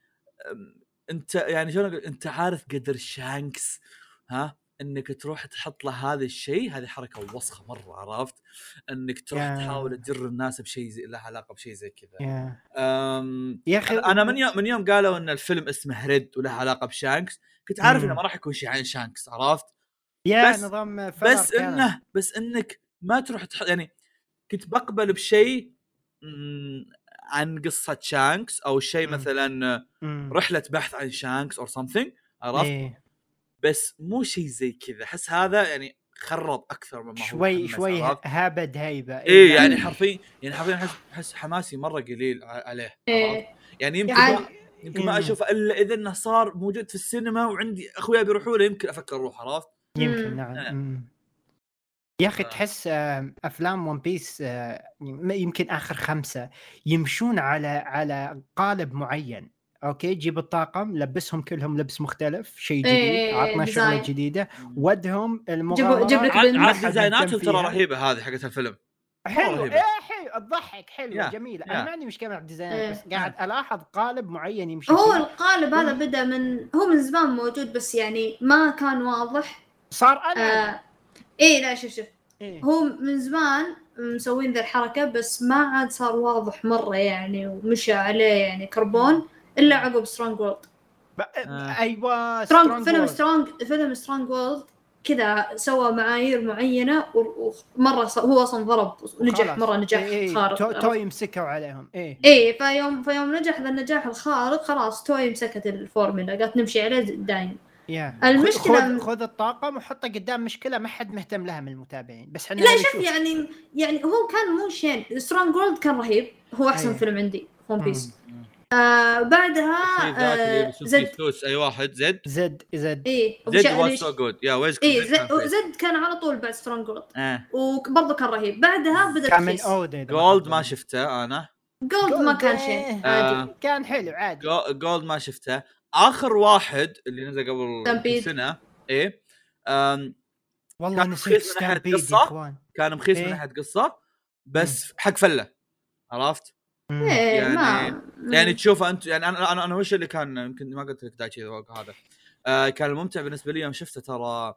Speaker 3: أم، انت يعني شلون أقول- انت عارف قدر شانكس ها انك تروح تحط له هذا الشيء هذه حركه وسخه مره عرفت انك تروح
Speaker 1: يا.
Speaker 3: تحاول تجر الناس بشيء زي له علاقه بشيء زي كذا
Speaker 1: يا
Speaker 3: أم،
Speaker 1: يا اخي
Speaker 3: انا من يوم من يوم قالوا ان الفيلم اسمه ريد وله علاقه بشانكس كنت عارف انه
Speaker 1: مم.
Speaker 3: ما راح يكون شيء عن شانكس عرفت
Speaker 1: يا
Speaker 3: بس-
Speaker 1: نظام فلر
Speaker 3: بس
Speaker 1: كان.
Speaker 3: انه بس انك ما تروح تح... يعني كنت بقبل بشيء مم، عن قصه شانكس او شيء
Speaker 1: مم.
Speaker 3: مثلا
Speaker 1: مم.
Speaker 3: رحله بحث عن شانكس اور سمثينج عرفت
Speaker 1: إيه.
Speaker 3: بس مو شيء زي كذا احس هذا يعني خرب اكثر مما هو
Speaker 1: شوي
Speaker 3: حمس،
Speaker 1: شوي إيه،
Speaker 3: عرفت؟
Speaker 1: هابد هيبه
Speaker 3: ايه يعني حرفيا يعني حرفيا احس احس حماسي مره قليل ع- عليه عرفت؟
Speaker 2: إيه.
Speaker 3: يعني
Speaker 1: آه.
Speaker 3: يمكن
Speaker 2: عاد-
Speaker 3: ما- يمكن ما
Speaker 1: إيه.
Speaker 3: اشوفه الا اذا انه صار موجود في السينما وعندي اخويا بيروحوا له يمكن افكر اروح عرفت؟
Speaker 1: يمكن
Speaker 2: مم.
Speaker 3: إيه.
Speaker 1: نعم مم. يا اخي
Speaker 3: آه.
Speaker 1: تحس آه، افلام ون بيس آه، يم- يمكن اخر خمسه يمشون على على قالب معين اوكي جيب الطاقم لبسهم كلهم لبس مختلف شيء جديد
Speaker 2: إيه،
Speaker 1: عطنا شغله
Speaker 2: design.
Speaker 1: جديده ودهم
Speaker 2: جيبوا-
Speaker 1: المغامرات
Speaker 2: جيب لك
Speaker 3: عاد
Speaker 2: بنت.
Speaker 1: ما حد
Speaker 3: عاد
Speaker 1: مهتم
Speaker 3: ديزايناتهم ترى
Speaker 1: فيها.
Speaker 3: رهيبه هذه حقت الفيلم
Speaker 1: حلو
Speaker 3: رهيبة.
Speaker 1: ايه حلو تضحك حلو
Speaker 3: يا،
Speaker 1: جميل
Speaker 3: يا.
Speaker 1: انا ما عندي مشكله مع الديزاين
Speaker 2: إيه.
Speaker 1: بس قاعد الاحظ قالب معين يمشي
Speaker 2: هو
Speaker 1: فيه.
Speaker 2: القالب هذا بدا من هو من زمان موجود بس يعني ما كان واضح
Speaker 1: صار انا
Speaker 2: آه. ايه لا شوف شوف
Speaker 1: إيه.
Speaker 2: هو من زمان مسوين ذا الحركة بس ما عاد صار واضح مرة يعني ومشى عليه يعني كربون إلا عقب سترونج وولد
Speaker 1: ب-
Speaker 3: آه.
Speaker 1: ايوه
Speaker 2: سترونج فيلم
Speaker 1: وورد.
Speaker 2: سترونج فيلم سترونج وولد كذا سوى معايير معينة ومرة هو أصلا ضرب ونجح
Speaker 1: وخلاص.
Speaker 2: مرة نجاح
Speaker 1: إيه، إيه،
Speaker 2: خارق
Speaker 1: تو, تو يمسكوا عليهم ايه
Speaker 2: ايه فيوم فيوم نجح ذا النجاح الخارق خلاص توي مسكت الفورمولا قالت نمشي عليه دايم
Speaker 1: يا
Speaker 2: المشكلة-
Speaker 1: خذ, خذ الطاقم وحطه قدام مشكله ما حد مهتم لها من المتابعين بس احنا
Speaker 2: لا شوف يعني يعني هو كان مو شين سترونج وولد كان رهيب هو احسن
Speaker 1: إيه.
Speaker 2: فيلم عندي ون بيس
Speaker 3: أيوه. مم.
Speaker 2: آه بعدها
Speaker 3: الشيء ذاك اللي
Speaker 2: آه
Speaker 3: بيشوف فيه
Speaker 2: زد
Speaker 3: فلوس اي واحد زد
Speaker 1: زد زد
Speaker 2: ايه
Speaker 3: زد
Speaker 2: وش-
Speaker 3: واز سو جود يا ويز آه.
Speaker 2: ايه زد, زد كان على طول بعد سترونج وولد وبرضه كان رهيب بعدها بدا
Speaker 1: كان من
Speaker 2: رخيص.
Speaker 1: اودا
Speaker 3: جولد ما شفته انا
Speaker 2: جولد ما كان شين عادي
Speaker 3: آه.
Speaker 1: كان حلو إيه، عادي
Speaker 3: جو- جولد ما شفته اخر واحد اللي نزل قبل
Speaker 2: Stampede.
Speaker 3: سنه ايه أم،
Speaker 1: والله
Speaker 3: كان
Speaker 1: نسيت
Speaker 3: رخيص من ناحية
Speaker 1: ستامبيد يا
Speaker 3: قصة.
Speaker 1: اخوان
Speaker 3: كان مخيس
Speaker 1: إيه.
Speaker 3: من ناحيه قصه
Speaker 2: إيه.
Speaker 3: بس حق فله عرفت؟
Speaker 1: مم.
Speaker 2: ايه
Speaker 3: يعني-
Speaker 2: ما
Speaker 3: يعني تشوفه انت يعني انا انا انا وش اللي كان يمكن ما قلت لك دايتشي ذوق هذا آه كان الممتع بالنسبه لي يوم شفته ترى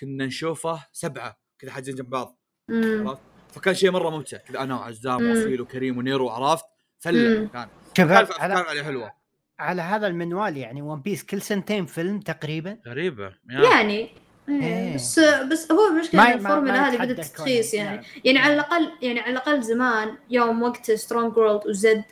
Speaker 3: كنا نشوفه سبعه كذا حاجزين جنب بعض
Speaker 2: مم.
Speaker 3: عرفت فكان شيء مره ممتع كذا انا وعزام
Speaker 2: مم.
Speaker 3: وفيل وكريم ونيرو عرفت فله
Speaker 2: مم.
Speaker 3: كان
Speaker 1: شباب،
Speaker 3: كان
Speaker 1: على-
Speaker 3: افكار عليه حلوه
Speaker 1: على هذا المنوال يعني ون بيس كل سنتين فيلم تقريبا
Speaker 3: غريبه
Speaker 2: يعني إيه،
Speaker 1: إيه.
Speaker 2: بس بس هو المشكله إن الفورمولا هذه
Speaker 1: يتحدى
Speaker 2: بدات تخيس
Speaker 1: كونان.
Speaker 2: يعني
Speaker 1: نعم.
Speaker 2: يعني على الاقل يعني على الاقل زمان يوم وقت سترونج وورلد وزد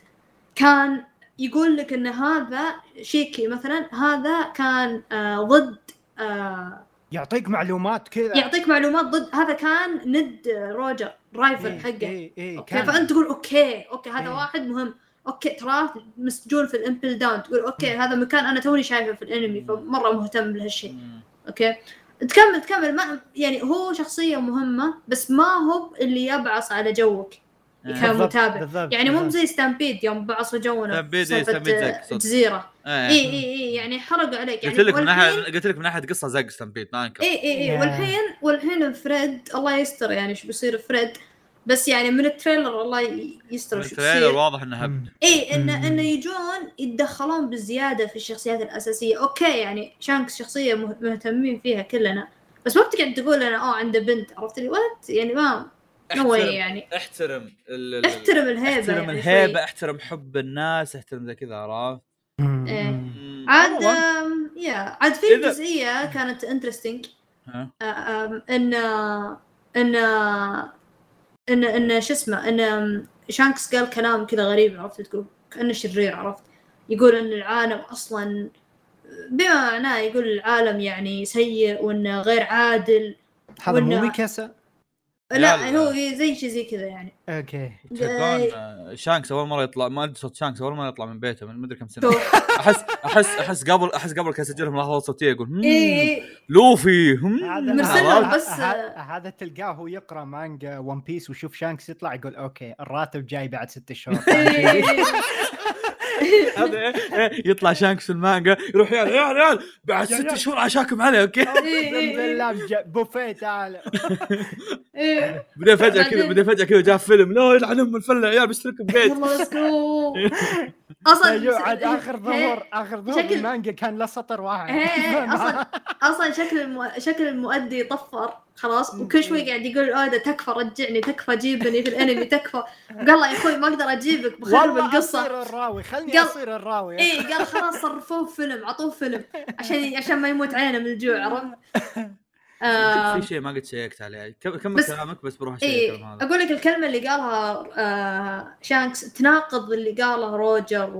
Speaker 2: كان يقول لك ان هذا شيكي مثلا هذا كان آه ضد آه
Speaker 1: يعطيك معلومات كذا
Speaker 2: يعطيك معلومات ضد هذا كان ند روجر رايفل
Speaker 1: إيه،
Speaker 2: حقه
Speaker 1: إيه، إيه،
Speaker 2: أوكي،
Speaker 1: كان-
Speaker 2: فانت تقول اوكي اوكي هذا
Speaker 1: إيه.
Speaker 2: واحد مهم اوكي تراه مسجون في الامبل داون تقول اوكي هذا مكان انا توني شايفه في الانمي فمره مهتم بهالشيء
Speaker 3: مم.
Speaker 2: اوكي تكمل تكمل ما يعني هو شخصية مهمة بس ما هو اللي يبعص على جوك
Speaker 3: آه.
Speaker 2: كان-
Speaker 1: بالضبط،
Speaker 2: متابع.
Speaker 1: بالضبط،
Speaker 2: يعني مو
Speaker 1: بالضبط.
Speaker 2: زي ستامبيد يوم بعصوا جونا في
Speaker 3: ستامبيد، إيه،
Speaker 2: سالفة،
Speaker 3: ستامبيد زق،
Speaker 2: آه،
Speaker 3: صدق.
Speaker 2: جزيرة
Speaker 3: إيه.
Speaker 2: اي اي اي يعني حرقوا عليك يعني إيه،
Speaker 3: قلت لك من ناحيه
Speaker 2: والحين
Speaker 3: قلت لك من ناحيه قصه زق ستامبيد ما انكر
Speaker 2: اي اي اي
Speaker 1: يا.
Speaker 2: والحين والحين فريد الله يستر يعني ايش بيصير فريد بس يعني من التريلر الله ي- يستر وش
Speaker 3: التريلر
Speaker 2: بيصير
Speaker 3: واضح انها
Speaker 1: مم.
Speaker 2: اي
Speaker 1: مم.
Speaker 2: انه انه يجون يتدخلون بزياده في الشخصيات الاساسيه، اوكي يعني شانكس شخصيه مه- مهتمين فيها كلنا، بس ما بتقعد تقول انا اه عنده بنت عرفت لي وات يعني ما نو
Speaker 3: احترم-
Speaker 2: يعني
Speaker 3: احترم ال- ال-
Speaker 2: احترم الهيبه
Speaker 3: احترم
Speaker 2: يعني
Speaker 3: الهيبه
Speaker 2: شوي.
Speaker 3: احترم حب الناس احترم ذا كذا عرفت آه.
Speaker 1: مم.
Speaker 2: إيه.
Speaker 1: مم.
Speaker 2: عاد
Speaker 3: والله.
Speaker 2: آم، يا عاد في
Speaker 3: إذا-
Speaker 2: جزئيه كانت انترستنج
Speaker 3: ها؟
Speaker 2: ان ان ان ان شو اسمه ان شانكس قال كلام كذا غريب عرفت تقول كانه شرير عرفت يقول ان العالم اصلا بما معناه يقول العالم يعني سيء وانه غير عادل
Speaker 1: هذا مو
Speaker 2: وإنه-
Speaker 1: ميكاسا
Speaker 2: لا
Speaker 3: يلا.
Speaker 2: هو زي شيء زي كذا يعني
Speaker 1: اوكي
Speaker 3: تصدقون آه، شانكس اول مره يطلع ما ادري صوت شانكس اول مره يطلع من بيته من مدري كم سنه
Speaker 2: شوف.
Speaker 3: احس احس احس قبل احس قبل كان يسجلهم لحظات صوتيه يقول "مم،
Speaker 2: ايه
Speaker 3: لوفي هم
Speaker 1: هذا-
Speaker 2: مرسل
Speaker 1: هذا-
Speaker 2: له بس-
Speaker 1: هذا- هذا تلقاه هو يقرا مانجا ون بيس ويشوف شانكس يطلع يقول اوكي الراتب جاي بعد ست شهور
Speaker 2: إيه.
Speaker 3: هذا إيه، إيه، يطلع شانكس في المانجا يروح يا عيال يا عيال بعد
Speaker 1: يا
Speaker 3: ست
Speaker 1: عيال.
Speaker 3: شهور عشاكم علي اوكي
Speaker 1: اقسم بالله بج-
Speaker 2: طيب.
Speaker 1: بوفيه تعال
Speaker 2: إيه.
Speaker 3: بعدين فجاه كذا
Speaker 2: بعدين-
Speaker 3: بعدين فجاه كذا جاء فيلم لا يلعن ام الفله يا عيال بشترك ببيت
Speaker 2: والله مسكوب اصلا
Speaker 1: عاد اخر ظهور اخر ظهور
Speaker 2: طيب، شكل-
Speaker 1: المانجا كان له سطر واحد
Speaker 2: ايه اصلا اصلا شكل المو... شكل المؤدي طفر خلاص وكل شوي قاعد يقول اودا تكفى رجعني تكفى جيبني في الانمي تكفى قال له يا اخوي ما اقدر اجيبك بخرب
Speaker 1: والله
Speaker 2: القصه
Speaker 1: اصير الراوي خلني
Speaker 2: قال-
Speaker 1: اصير الراوي
Speaker 2: اي قال خلاص صرفوه في فيلم عطوه فيلم عشان عشان ما يموت علينا من الجوع عرفت؟ آه،
Speaker 3: في شيء ما قد شيكت عليه كم- كمل
Speaker 2: بس- إيه،
Speaker 3: كلامك بس بروح اشيك
Speaker 2: اي
Speaker 3: الكلام هذا
Speaker 2: اقول لك الكلمه اللي قالها آه شانكس تناقض اللي قاله روجر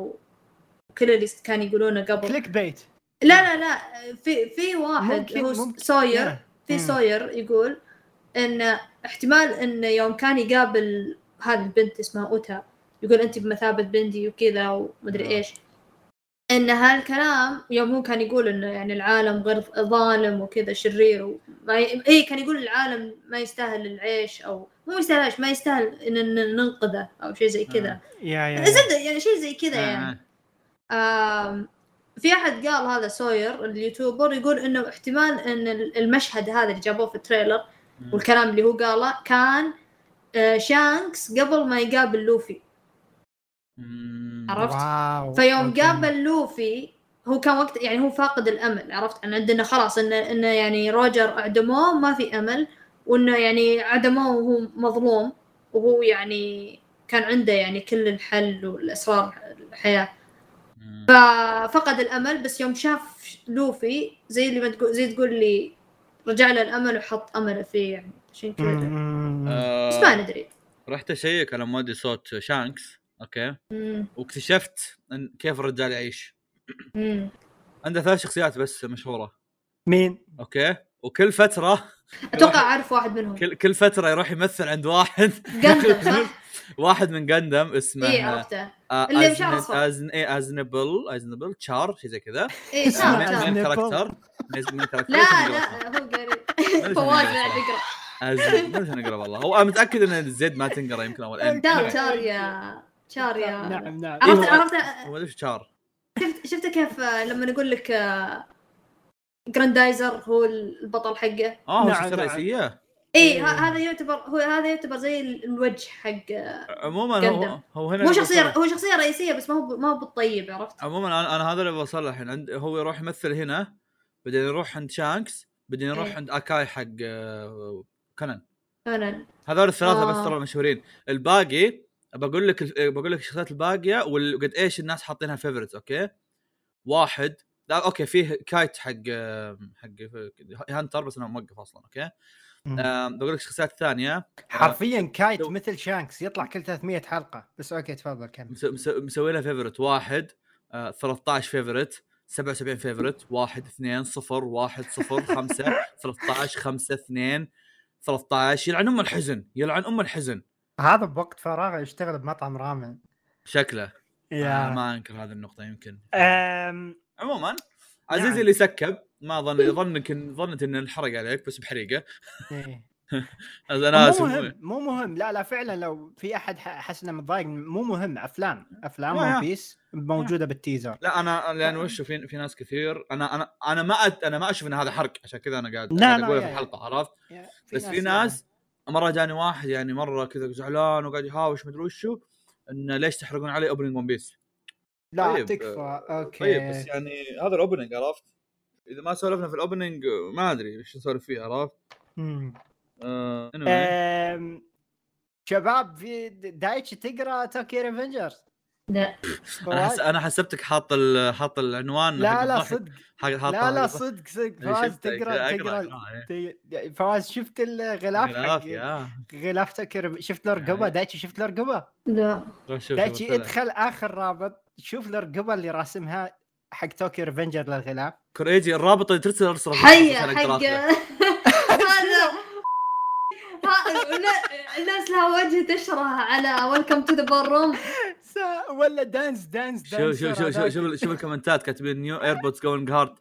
Speaker 2: وكل اللي كانوا يقولونه قبل
Speaker 1: كليك بيت
Speaker 2: لا لا لا في في واحد
Speaker 1: ممكن-
Speaker 2: هو
Speaker 1: ممكن. Mm.
Speaker 2: سوير
Speaker 1: يا.
Speaker 2: في
Speaker 1: مم.
Speaker 2: سوير يقول ان احتمال ان يوم كان يقابل هذه البنت اسمها اوتا يقول انت بمثابه بنتي وكذا ومدري
Speaker 3: آه.
Speaker 2: ايش ان هالكلام يوم هو كان يقول انه يعني العالم غير ظالم وكذا شرير وما ي... اي كان يقول العالم ما يستاهل العيش او مو يستاهل العيش ما يستاهل ان إن ننقذه او شيء زي كذا
Speaker 1: يا يا يا.
Speaker 2: زبده يعني شيء زي كذا يعني
Speaker 3: آه.
Speaker 2: آم، في احد قال هذا سوير اليوتيوبر يقول انه احتمال ان المشهد هذا اللي جابوه في التريلر
Speaker 3: مم.
Speaker 2: والكلام اللي هو قاله كان آه، شانكس قبل ما يقابل لوفي
Speaker 3: مم.
Speaker 2: عرفت؟
Speaker 1: واو
Speaker 2: فيوم
Speaker 1: أوكي.
Speaker 2: قابل لوفي هو كان وقت يعني هو فاقد الامل عرفت انه عندنا خلاص انه انه يعني روجر اعدموه ما في امل وانه يعني عدموه وهو مظلوم وهو يعني كان عنده يعني كل الحل والاسرار الحياه
Speaker 3: مم.
Speaker 2: ففقد الامل بس يوم شاف لوفي زي اللي ما تقول زي تقول لي رجع له الامل وحط امله فيه يعني عشان كذا
Speaker 1: مم.
Speaker 3: آه،
Speaker 2: بس ما ندري
Speaker 3: رحت اشيك على مودي صوت شانكس اوكي
Speaker 2: مم.
Speaker 3: واكتشفت ان كيف الرجال يعيش
Speaker 2: مم.
Speaker 3: عنده ثلاث شخصيات بس مشهوره
Speaker 1: مين
Speaker 3: اوكي وكل فتره
Speaker 2: اتوقع اعرف واحد منهم
Speaker 3: كل كل فتره يروح يمثل عند واحد
Speaker 2: قندم صح؟
Speaker 3: واحد من جندم
Speaker 2: اي
Speaker 3: اسمه آه،
Speaker 2: عرفته إيه، اللي بشعر أصفر.
Speaker 3: إيه، ازنبل ازنبل تشار شيء زي كذا
Speaker 2: اي صار
Speaker 1: آه،
Speaker 2: صار
Speaker 1: أزنبل.
Speaker 3: مين كاركتر مين كاركتر
Speaker 2: إيه، لا لا هو قريب فواز قاعد يقرا
Speaker 3: ازنبل نقرا والله هو انا متاكد ان زد ما تنقرا يمكن اول ان
Speaker 2: دار تشاريا تشاريا
Speaker 1: نعم نعم
Speaker 3: إيه، هو-
Speaker 2: عرفت عرفت
Speaker 3: هو ليش تشار
Speaker 2: شفت شفت كيف آه، لما نقول لك آه، جراندايزر هو البطل حقه
Speaker 3: اه هو
Speaker 1: نعم،
Speaker 3: شخصيه
Speaker 1: نعم.
Speaker 3: رئيسيه إيه.
Speaker 2: اي هذا يعتبر هو هذا يعتبر زي الوجه حق
Speaker 3: عموما هو
Speaker 2: قدم.
Speaker 3: هو هنا
Speaker 2: مو
Speaker 3: اللي
Speaker 2: شخصية
Speaker 3: بوصله.
Speaker 2: هو شخصية رئيسية بس ما هو ما هو بالطيب عرفت؟
Speaker 3: عموما انا انا هذا اللي بوصل له الحين عند هو يروح يمثل هنا بعدين يروح عند شانكس بعدين نروح
Speaker 2: إيه.
Speaker 3: عند اكاي حق آه، كونان
Speaker 2: فعلا
Speaker 3: هذول الثلاثه
Speaker 2: آه.
Speaker 3: بس ترى مشهورين الباقي بقول لك إيه، بقول لك الشخصيات الباقيه وقد ايش الناس حاطينها فيفرتس اوكي واحد لا اوكي فيه كايت حق آم، حق هانتر بس انا موقف اصلا اوكي آم، بقول لك الشخصيات الثانيه
Speaker 1: حرفيا كايت
Speaker 3: آه. لو-
Speaker 1: مثل شانكس يطلع كل 300 حلقه بس اوكي تفضل كمل
Speaker 3: مس- مس- مسوي لها فيفرت واحد آه، 13 فيفرت 77 فيفرت واحد اثنين صفر واحد صفر خمسة 13 خمسة اثنين 13 يلعن ام الحزن يلعن ام الحزن
Speaker 1: هذا بوقت فراغه يشتغل بمطعم رامن
Speaker 3: شكله آه
Speaker 1: يا
Speaker 3: ما انكر هذه النقطة يمكن
Speaker 1: أم،
Speaker 3: عموما
Speaker 1: نعم.
Speaker 3: عزيزي اللي سكب ما ظن ظنك ظنت ان الحرق عليك بس بحريقه
Speaker 1: إيه.
Speaker 3: انا اسف
Speaker 1: مو مهم مو مهم لا لا فعلا لو في احد ح- حس انه متضايق مو مهم افلام افلام
Speaker 3: يا- يا.
Speaker 1: ون بيس موجوده بالتيزر
Speaker 3: لا انا لان وش في, في ناس كثير انا انا انا ما أت- انا ما اشوف ان هذا حرق عشان كذا انا قاعد
Speaker 1: لا،
Speaker 3: قاعد
Speaker 1: لا،
Speaker 3: اقولها
Speaker 1: يا-
Speaker 3: في
Speaker 1: يا.
Speaker 3: الحلقه عرفت
Speaker 1: يا-
Speaker 3: بس في ناس مره جاني واحد يعني مره كذا زعلان وقاعد يهاوش مدري وشو انه ليش تحرقون علي اوبننج ون بيس
Speaker 1: لا
Speaker 3: طيب،
Speaker 1: تكفى اوكي
Speaker 3: طيب بس يعني هذا الاوبننج عرفت اذا ما سولفنا في الاوبننج ما ادري ايش نسولف فيه عرفت
Speaker 1: مم.
Speaker 3: آه anyway.
Speaker 1: أم، شباب في دايتش تقرا توكي ريفنجرز
Speaker 2: لا
Speaker 3: انا حس... انا حسبتك حاط ال... حاط العنوان حق
Speaker 1: لا لا
Speaker 3: الضحك.
Speaker 1: صدق
Speaker 3: حق حاط إيه،
Speaker 1: لا لا صدق صدق فواز تقرا تقرا
Speaker 3: آه،
Speaker 1: ت- يعني فواز شفت الغلاف
Speaker 3: غلاف
Speaker 1: حق
Speaker 3: يعني يا
Speaker 1: غلاف توكي ريف- شفت له رقبه
Speaker 3: يعني.
Speaker 1: دايتشي شفت له رقبه
Speaker 2: لا
Speaker 3: روح شوف
Speaker 1: دايتشي
Speaker 3: المثلث.
Speaker 1: ادخل اخر رابط شوف الرقبه اللي راسمها حق توكي ريفنجر للغلاف
Speaker 3: كوريجي الرابط اللي ترسل ارسله
Speaker 2: حيا
Speaker 3: عشان أقدر
Speaker 2: حق
Speaker 3: آخذه.
Speaker 2: هذا ها- ولا- الناس لها وجه تشرح على ويلكم تو ذا بار روم
Speaker 1: سا- ولا دانس دانس
Speaker 3: شوف
Speaker 1: دانس
Speaker 3: شوف شوف شوف شوف, شوف الكومنتات كاتبين نيو ايربودز جوينج هارد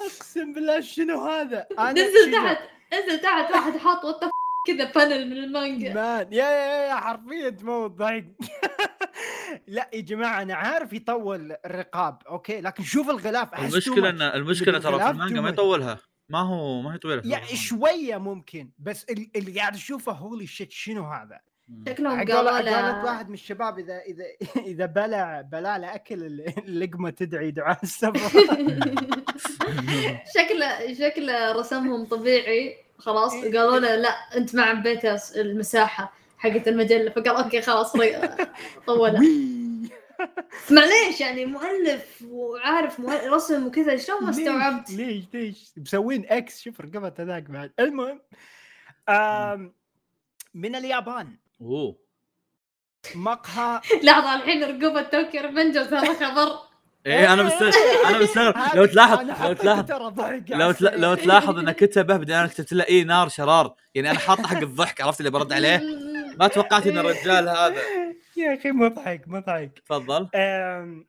Speaker 1: اقسم بالله شنو هذا انا
Speaker 2: نزل
Speaker 1: شنو؟
Speaker 2: تحت نزل تحت واحد حاط وات كذا بانل من المانجا
Speaker 1: مان يا يا يا حرفيا تموت ضحك لا يا جماعه انا عارف يطول الرقاب اوكي لكن شوف الغلاف أحس too
Speaker 3: المشكله
Speaker 1: much.
Speaker 3: ان المشكله ترى في
Speaker 1: بالغلاف
Speaker 3: المانجا ما
Speaker 1: جوينج.
Speaker 3: يطولها ما هو ما هي طويله في
Speaker 1: يا
Speaker 3: الرقم.
Speaker 1: شويه ممكن بس ال- اللي قاعد اشوفه هولي شيت شنو هذا؟
Speaker 3: مم.
Speaker 2: شكلهم
Speaker 1: قالت
Speaker 2: قالوا
Speaker 1: قالت
Speaker 2: له
Speaker 1: واحد من الشباب اذا اذا اذا بلع بلع له اكل اللقمه تدعي دعاء السفر
Speaker 2: شكله شكله رسمهم طبيعي خلاص
Speaker 1: إيه.
Speaker 2: قالوا له لا انت ما عبيت المساحه حقت المجله فقال اوكي خلاص ري- طولها
Speaker 1: وي.
Speaker 2: معليش يعني مؤلف وعارف مؤلف رسم وكذا شلون ما
Speaker 1: ليش-
Speaker 2: استوعبت
Speaker 1: ليش ليش مسوين اكس شوف رقبه هذاك بعد المهم آم من اليابان
Speaker 3: اوه
Speaker 1: مقهى
Speaker 2: لحظه الحين رقبه توكي ريفنجرز هذا خبر
Speaker 3: ايه انا مستغرب انا مستغرب لو تلاحظ
Speaker 1: إيه، أنا
Speaker 3: لو تلاحظ
Speaker 1: ترى ضحك
Speaker 3: لو تلا... لو تلاحظ ان كتبه بعدين انا كتبت له اي نار شرار يعني انا حاطه حق الضحك عرفت اللي برد عليه ما توقعت ان الرجال هذا
Speaker 1: يا اخي مضحك مضحك
Speaker 3: تفضل
Speaker 1: آم،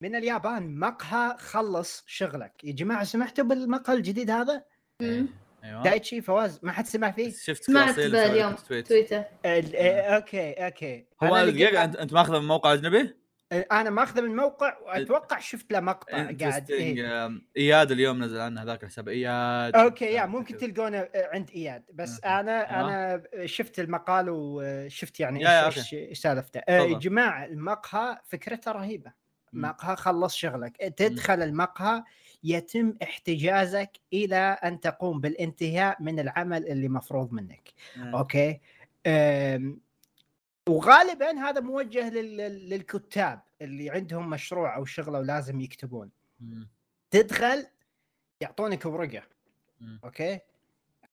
Speaker 1: من اليابان مقهى خلص شغلك يا جماعه سمعتوا بالمقهى الجديد هذا
Speaker 3: ايوه
Speaker 1: دايتشي فواز ما حد سمع فيه
Speaker 3: شفت
Speaker 2: سمعت
Speaker 3: كراسي اللي
Speaker 2: بها
Speaker 3: سويت
Speaker 2: اليوم.
Speaker 3: تويت.
Speaker 2: تويتر
Speaker 1: ال- آه، اوكي اوكي
Speaker 3: هو
Speaker 1: أنا لقيت-
Speaker 3: دقيقه انت انت ماخذه من موقع اجنبي؟
Speaker 1: انا ماخذه من موقع واتوقع شفت له مقطع قاعد
Speaker 3: Interesting.
Speaker 1: إيه.
Speaker 3: أم، اياد اليوم نزل عنه هذاك الحساب اياد
Speaker 1: اوكي يا ممكن تلقونه آه، عند اياد بس
Speaker 3: نعم، مم.
Speaker 1: انا
Speaker 3: تمام.
Speaker 1: انا شفت المقال وشفت
Speaker 3: يا- يا،
Speaker 1: يعني إيش- ايش ايش سالفته آه، يا
Speaker 3: تفضل.
Speaker 1: جماعه المقهى فكرته رهيبه
Speaker 3: مم.
Speaker 1: مقهى خلص شغلك تدخل المقهى يتم احتجازك الى ان تقوم بالانتهاء من العمل اللي مفروض منك
Speaker 3: أه.
Speaker 1: اوكي أم، وغالبا هذا موجه لل- لل- للكتاب اللي عندهم مشروع او شغله ولازم يكتبون
Speaker 3: مم.
Speaker 1: تدخل يعطونك ورقه
Speaker 3: مم.
Speaker 1: اوكي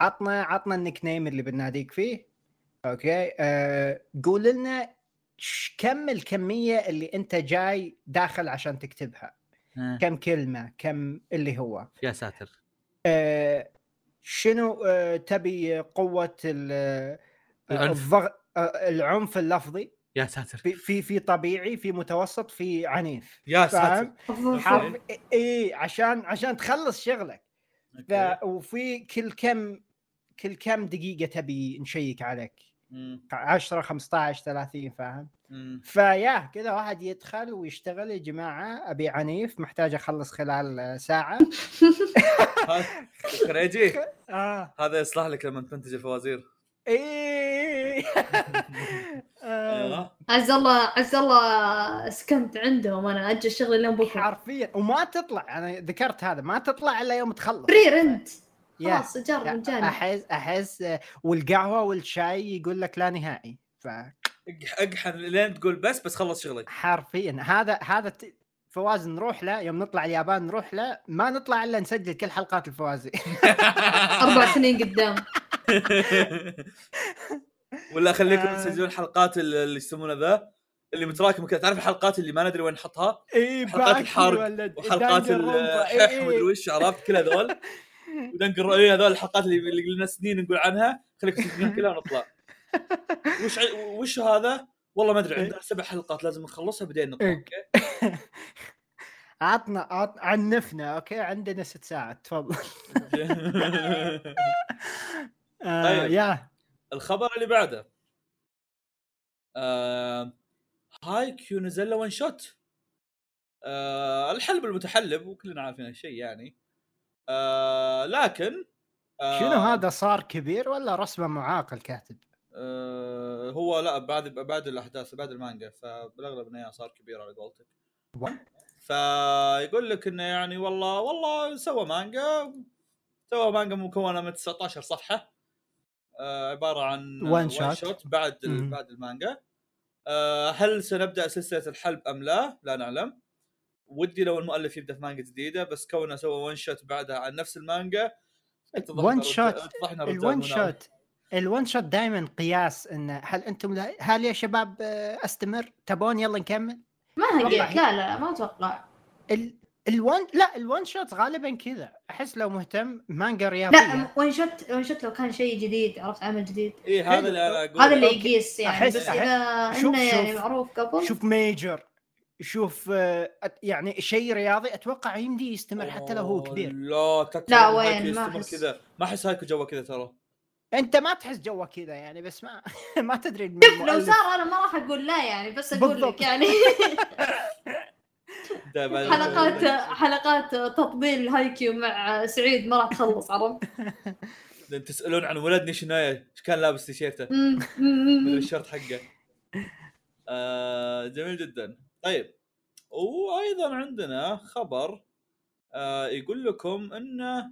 Speaker 1: عطنا عطنا النيك نيم اللي بناديك فيه اوكي أه قول لنا ش- كم الكميه اللي انت جاي داخل عشان تكتبها
Speaker 3: أه.
Speaker 1: كم كلمه كم اللي هو
Speaker 3: يا ساتر
Speaker 1: آه، شنو آه، تبي قوه ال- آه،
Speaker 3: العنف.
Speaker 1: الضغط آه، العنف اللفظي
Speaker 3: يا ساتر
Speaker 1: في في في طبيعي في متوسط في عنيف
Speaker 3: يا ساتر
Speaker 1: فاهم
Speaker 3: أوكي.
Speaker 1: حرف اي عشان عشان تخلص شغلك ف-
Speaker 3: أوكي.
Speaker 1: وفي كل كم كل كم دقيقه تبي نشيك عليك
Speaker 3: مم.
Speaker 1: 10 15 30 فاهم
Speaker 3: مم.
Speaker 1: فيا كذا واحد يدخل ويشتغل يا جماعه ابي عنيف محتاج اخلص خلال آه، ساعه
Speaker 3: هذا- كريجي
Speaker 1: اه إيه.
Speaker 3: آه. هذا يصلح لك لما تنتج الفوازير
Speaker 1: ايه
Speaker 3: ايوه
Speaker 2: عز الله عز الله سكنت عندهم انا اجل شغلي لين بكره
Speaker 1: حرفيا وما تطلع انا ذكرت هذا ما تطلع الا يوم تخلص
Speaker 2: فري رنت
Speaker 1: يا.
Speaker 2: خلاص ايجار
Speaker 1: يا،
Speaker 2: مجاني
Speaker 1: احس احس والقهوه والشاي يقول لك لا نهائي
Speaker 3: أق- اقحن لين تقول بس بس خلص شغلك
Speaker 1: فحرفيا هذا هذا ت- فواز نروح له يوم نطلع اليابان نروح له ما نطلع الا نسجل كل حلقات الفوازي
Speaker 2: اربع سنين قدام
Speaker 3: ولا اخليكم
Speaker 1: آه.
Speaker 3: تسجلون حلقات ال- اللي يسمونه ذا اللي متراكمه كذا تعرف الحلقات اللي ما ندري وين نحطها
Speaker 1: اي
Speaker 3: حلقات الحرق وحلقات
Speaker 1: إيه.
Speaker 3: الحح ومدري وش عرفت كل هذول ودنقر إيه هذول الحلقات اللي اللي لنا سنين نقول عنها خليكم تسجلون كلها ونطلع وش ع- وش هذا؟ والله ما ادري عندنا سبع حلقات لازم نخلصها بعدين نطلع
Speaker 1: إيه. عطنا عط... عنفنا اوكي عندنا ست ساعات تفضل
Speaker 3: أوكي؟
Speaker 1: آه
Speaker 3: طيب.
Speaker 1: يا
Speaker 3: الخبر اللي بعده آه هاي كيو نزل له ون شوت آه الحلب المتحلب وكلنا عارفين هالشيء يعني آه لكن آه
Speaker 1: شنو هذا صار كبير ولا رسمه معاق الكاتب
Speaker 3: آه هو لا بعد بعد الاحداث بعد المانجا فبالاغلب انه يعني صار كبير على قولتك
Speaker 1: و-
Speaker 3: فيقول لك انه يعني والله والله سوى مانجا سوى مانجا مكونه من 19 صفحه آه، عباره عن
Speaker 1: One
Speaker 3: one
Speaker 1: shot.
Speaker 3: shot بعد ال-
Speaker 1: مم.
Speaker 3: بعد المانجا آه، هل سنبدا سلسله الحلب ام لا؟ لا نعلم ودي لو المؤلف يبدا في مانجا جديده بس كونه سوى وان شوت بعدها عن نفس المانجا
Speaker 1: One shot. إيه، الون
Speaker 3: الون
Speaker 1: شوت الون شوت دائما قياس انه هل انتم لا- هل يا شباب آه، استمر تبون يلا نكمل
Speaker 2: ما
Speaker 1: والله.
Speaker 2: هقيت لا لا ما اتوقع
Speaker 1: ال... الون لا الون شوت غالبا كذا احس لو مهتم مانجا رياضيه
Speaker 2: لا وين شت وين شت لو كان شيء جديد عرفت عمل جديد
Speaker 3: اي
Speaker 1: حلو.
Speaker 3: إيه، هذا اللي انا اقول
Speaker 2: هذا اللي
Speaker 1: أوكي.
Speaker 2: يقيس يعني
Speaker 1: أحس-
Speaker 2: بس
Speaker 1: أحس-
Speaker 2: اذا
Speaker 1: شوف-
Speaker 2: انه يعني
Speaker 1: شوف.
Speaker 2: معروف قبل
Speaker 1: شوف ميجر شوف آه، أت- يعني شيء رياضي اتوقع يمدي يستمر حتى لو هو
Speaker 3: أوه،
Speaker 1: كبير
Speaker 3: لا تكفى
Speaker 2: لا،
Speaker 3: إن
Speaker 2: وين،
Speaker 3: هايكو
Speaker 2: ما
Speaker 3: يستمر
Speaker 2: أحس.
Speaker 3: كذا ما احس هايكو جوا كذا ترى
Speaker 1: انت ما تحس جوه كذا يعني بس ما ما تدري
Speaker 2: شوف لو
Speaker 1: المؤلف.
Speaker 2: صار انا ما راح اقول لا يعني بس اقول
Speaker 1: بالضبط.
Speaker 2: لك يعني
Speaker 3: ده بعد-
Speaker 2: حلقات حلقات تطبيل هايكيو مع سعيد ما راح تخلص عرفت؟
Speaker 3: لأن تسالون عن ولد نيشنايا ايش كان لابس تيشيرته
Speaker 2: مم،
Speaker 3: مدري
Speaker 2: مم، مم.
Speaker 3: الشرط حقه آه جميل جدا طيب وايضا عندنا خبر آه يقول لكم انه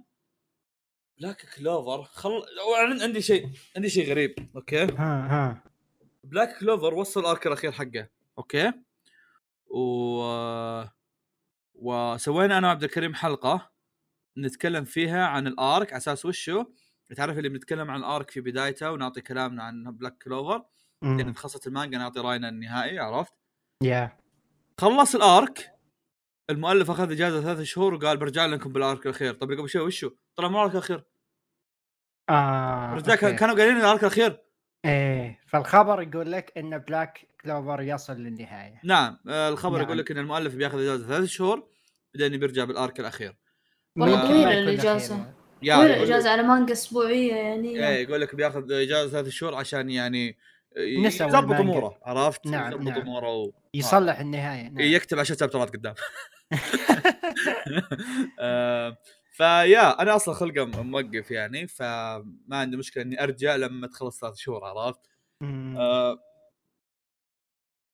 Speaker 3: بلاك كلوفر خل... أو عن- عندي شيء عندي شيء غريب اوكي
Speaker 1: ها ها
Speaker 3: بلاك كلوفر وصل الارك الاخير حقه اوكي و وسوينا انا وعبد الكريم حلقه نتكلم فيها عن الارك على اساس وشو تعرف اللي بنتكلم عن الارك في بدايته ونعطي كلامنا عن بلاك كلوفر لان
Speaker 1: مم.
Speaker 3: خلصت المانجا نعطي راينا النهائي عرفت
Speaker 1: يا
Speaker 3: خلص الارك المؤلف اخذ اجازه ثلاث شهور وقال برجع لكم بالارك الاخير طب اللي قبل شوي وشو طلع مو الارك الاخير
Speaker 1: اه
Speaker 3: رجع
Speaker 1: أوكي.
Speaker 3: كانوا قايلين الارك الاخير
Speaker 1: ايه فالخبر يقول لك ان بلاك كلوفر يصل للنهايه
Speaker 3: نعم آه، الخبر
Speaker 1: نعم.
Speaker 3: يقول لك ان المؤلف بياخذ اجازه ثلاث شهور بعدين بيرجع بالارك الاخير
Speaker 2: والله
Speaker 1: ممكن ما
Speaker 2: طويلة
Speaker 1: يكون
Speaker 2: الإجازة.
Speaker 1: أخير.
Speaker 3: يا
Speaker 2: وين
Speaker 3: يقول-
Speaker 2: الاجازه على مانجا اسبوعيه يعني
Speaker 3: ايه يقول لك بياخذ اجازه ثلاث شهور عشان يعني ي-
Speaker 1: نسى
Speaker 3: يظبط
Speaker 1: والمانجا.
Speaker 3: اموره عرفت؟
Speaker 1: نعم،
Speaker 3: يظبط
Speaker 1: نعم.
Speaker 3: اموره و... إيه،
Speaker 1: يصلح النهايه نعم.
Speaker 3: يكتب عشان شابترات قدام آه، فيا انا اصلا خلقه م- موقف يعني فما عندي مشكله اني ارجع لما تخلص ثلاث شهور عرفت؟
Speaker 1: مم.
Speaker 3: آه،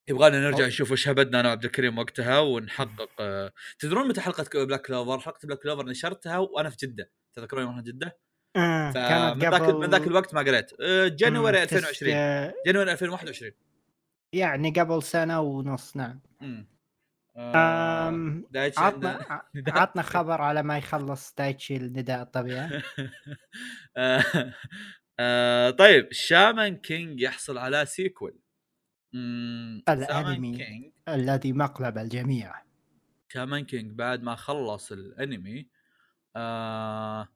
Speaker 3: يبغانا نرجع نشوف وش هبدنا انا وعبد الكريم وقتها ونحقق آه، تدرون متى حلقه بلاك كلوفر؟ حلقه بلاك كلوفر نشرتها وانا في جده تذكرون يوم رحنا جده؟
Speaker 1: آه،
Speaker 3: فمن ذاك من ذاك الوقت ما قريت آه، جانوري
Speaker 1: مم،
Speaker 3: 2020
Speaker 1: تس-
Speaker 3: جانوري 2021
Speaker 1: يعني قبل سنه ونص نعم
Speaker 3: امم آه،
Speaker 1: أم،
Speaker 3: دايتشي عندنا-
Speaker 1: آه، عطنا عطنا خبر على ما يخلص دايتشي النداء الطبيعي
Speaker 3: آه، آه، طيب شامان كينج يحصل على سيكول أمم،
Speaker 1: الأنمي.
Speaker 3: كينج
Speaker 1: الذي مقلب الجميع
Speaker 3: شامان كينج بعد ما خلص الانمي آه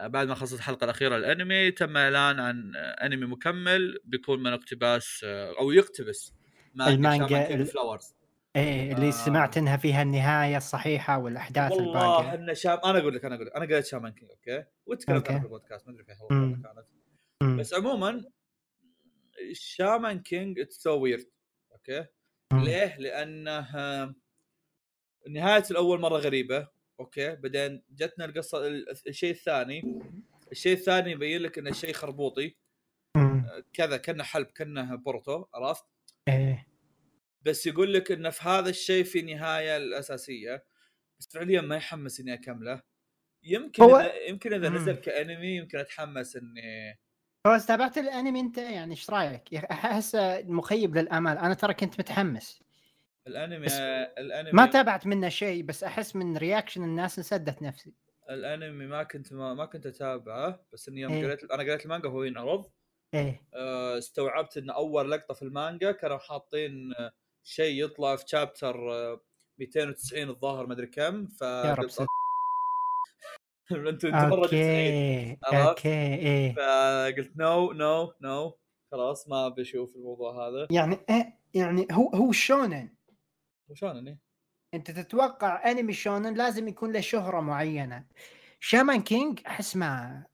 Speaker 3: بعد ما خلصت الحلقه الاخيره الانمي تم اعلان عن آه، انمي مكمل بيكون من اقتباس آه، او يقتبس مانجا
Speaker 1: المانجا
Speaker 3: شامان كينج
Speaker 1: ال-
Speaker 3: فلاورز
Speaker 1: ايه اللي
Speaker 3: آه.
Speaker 1: سمعت انها فيها النهايه الصحيحه والاحداث
Speaker 3: والله
Speaker 1: الباقيه
Speaker 3: ان شام انا اقول لك انا اقول لك انا قريت شامان كينج اوكي وتكلمت عنه
Speaker 1: أوكي.
Speaker 3: في البودكاست ما ادري في حلقه ولا
Speaker 1: مم.
Speaker 3: كانت
Speaker 1: مم.
Speaker 3: بس عموما شامان كينج اتس سو ويرد اوكي
Speaker 1: مم.
Speaker 3: ليه؟ لانه آه، نهايه الاول مره غريبه اوكي بعدين جتنا القصه ال- الشيء الثاني الشيء الثاني يبين لك انه شيء خربوطي
Speaker 1: مم.
Speaker 3: كذا كانه حلب كانه بورتو عرفت
Speaker 1: إيه.
Speaker 3: بس يقول لك انه في هذا الشيء في النهايه الاساسيه بس فعليا ما يحمس اني اكمله يمكن
Speaker 1: هو-
Speaker 3: إذا يمكن اذا
Speaker 1: مم.
Speaker 3: نزل كانمي يمكن اتحمس اني
Speaker 1: فوز تابعت الانمي انت يعني ايش رايك؟ يا أخي احس مخيب للامال انا ترى كنت متحمس
Speaker 3: الانمي
Speaker 1: بس
Speaker 3: الانمي
Speaker 1: ما تابعت منه شيء بس احس من رياكشن الناس انسدت نفسي
Speaker 3: الانمي ما كنت ما, ما كنت اتابعه بس اني يوم
Speaker 1: إيه.
Speaker 3: قريت انا قريت المانجا وهو ينعرض
Speaker 1: ايه
Speaker 3: آه، استوعبت ان اول لقطه في المانجا كانوا حاطين آه، شيء يطلع في شابتر آه، 290 الظاهر ما ادري كم ف
Speaker 1: يا رب صدق.
Speaker 3: انتوا انتوا مره 90
Speaker 1: اوكي
Speaker 3: عرفت؟
Speaker 1: اوكي ايه
Speaker 3: فقلت نو نو نو خلاص ما بشوف الموضوع هذا
Speaker 1: يعني إيه يعني هو هو شونن
Speaker 3: وشلون اني؟
Speaker 1: انت تتوقع انمي شونن لازم يكون له شهره معينه شامان كينج احس ما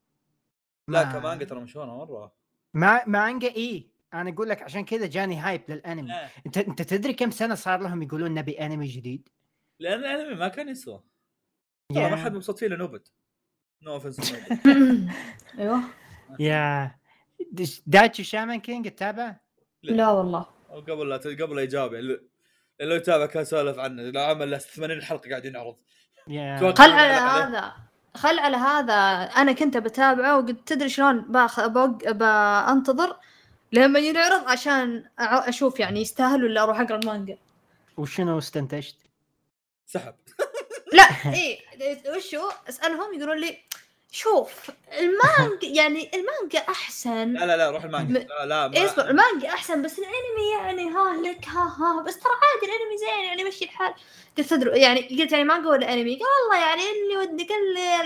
Speaker 3: لا
Speaker 1: ما-
Speaker 3: كمانجا ترى مشهوره مره
Speaker 1: ما مانجا اي انا اقول لك عشان كذا جاني هايب للانمي
Speaker 3: إيه،
Speaker 1: انت انت تدري كم سنه صار لهم يقولون نبي انمي جديد؟
Speaker 3: لان الانمي ما كان يسوى ترى ما
Speaker 1: يا-
Speaker 3: حد مبسوط فيه لنوبت نو اوفنس
Speaker 2: ايوه
Speaker 1: يا دش- دايتشي شامان كينج تتابع؟
Speaker 2: لا والله
Speaker 3: او قبل لا قبل لا يجاوب يعني لو- لو يتابع كان سولف عنه لو عمل له 80 حلقه قاعد ينعرض
Speaker 1: يا
Speaker 3: توقع-
Speaker 2: خل على
Speaker 3: لا، لا.
Speaker 2: هذا خل على هذا انا كنت بتابعه وقلت تدري شلون باخ بوق- بانتظر لما ينعرض عشان أع- اشوف يعني يستاهل ولا اروح اقرا المانجا
Speaker 1: وشنو استنتجت؟
Speaker 3: سحب
Speaker 2: لا اي وشو اسالهم يقولون لي شوف المانجا يعني المانجا احسن
Speaker 3: لا لا لا روح المانجا
Speaker 2: م-
Speaker 3: لا لا ما-
Speaker 2: إيه، اصبر المانجا احسن بس الانمي يعني ها لك ها ها بس ترى عادي الانمي زين يعني مشي الحال قلت تدري يعني قلت يعني مانجا ولا انمي قال والله يعني اللي ودك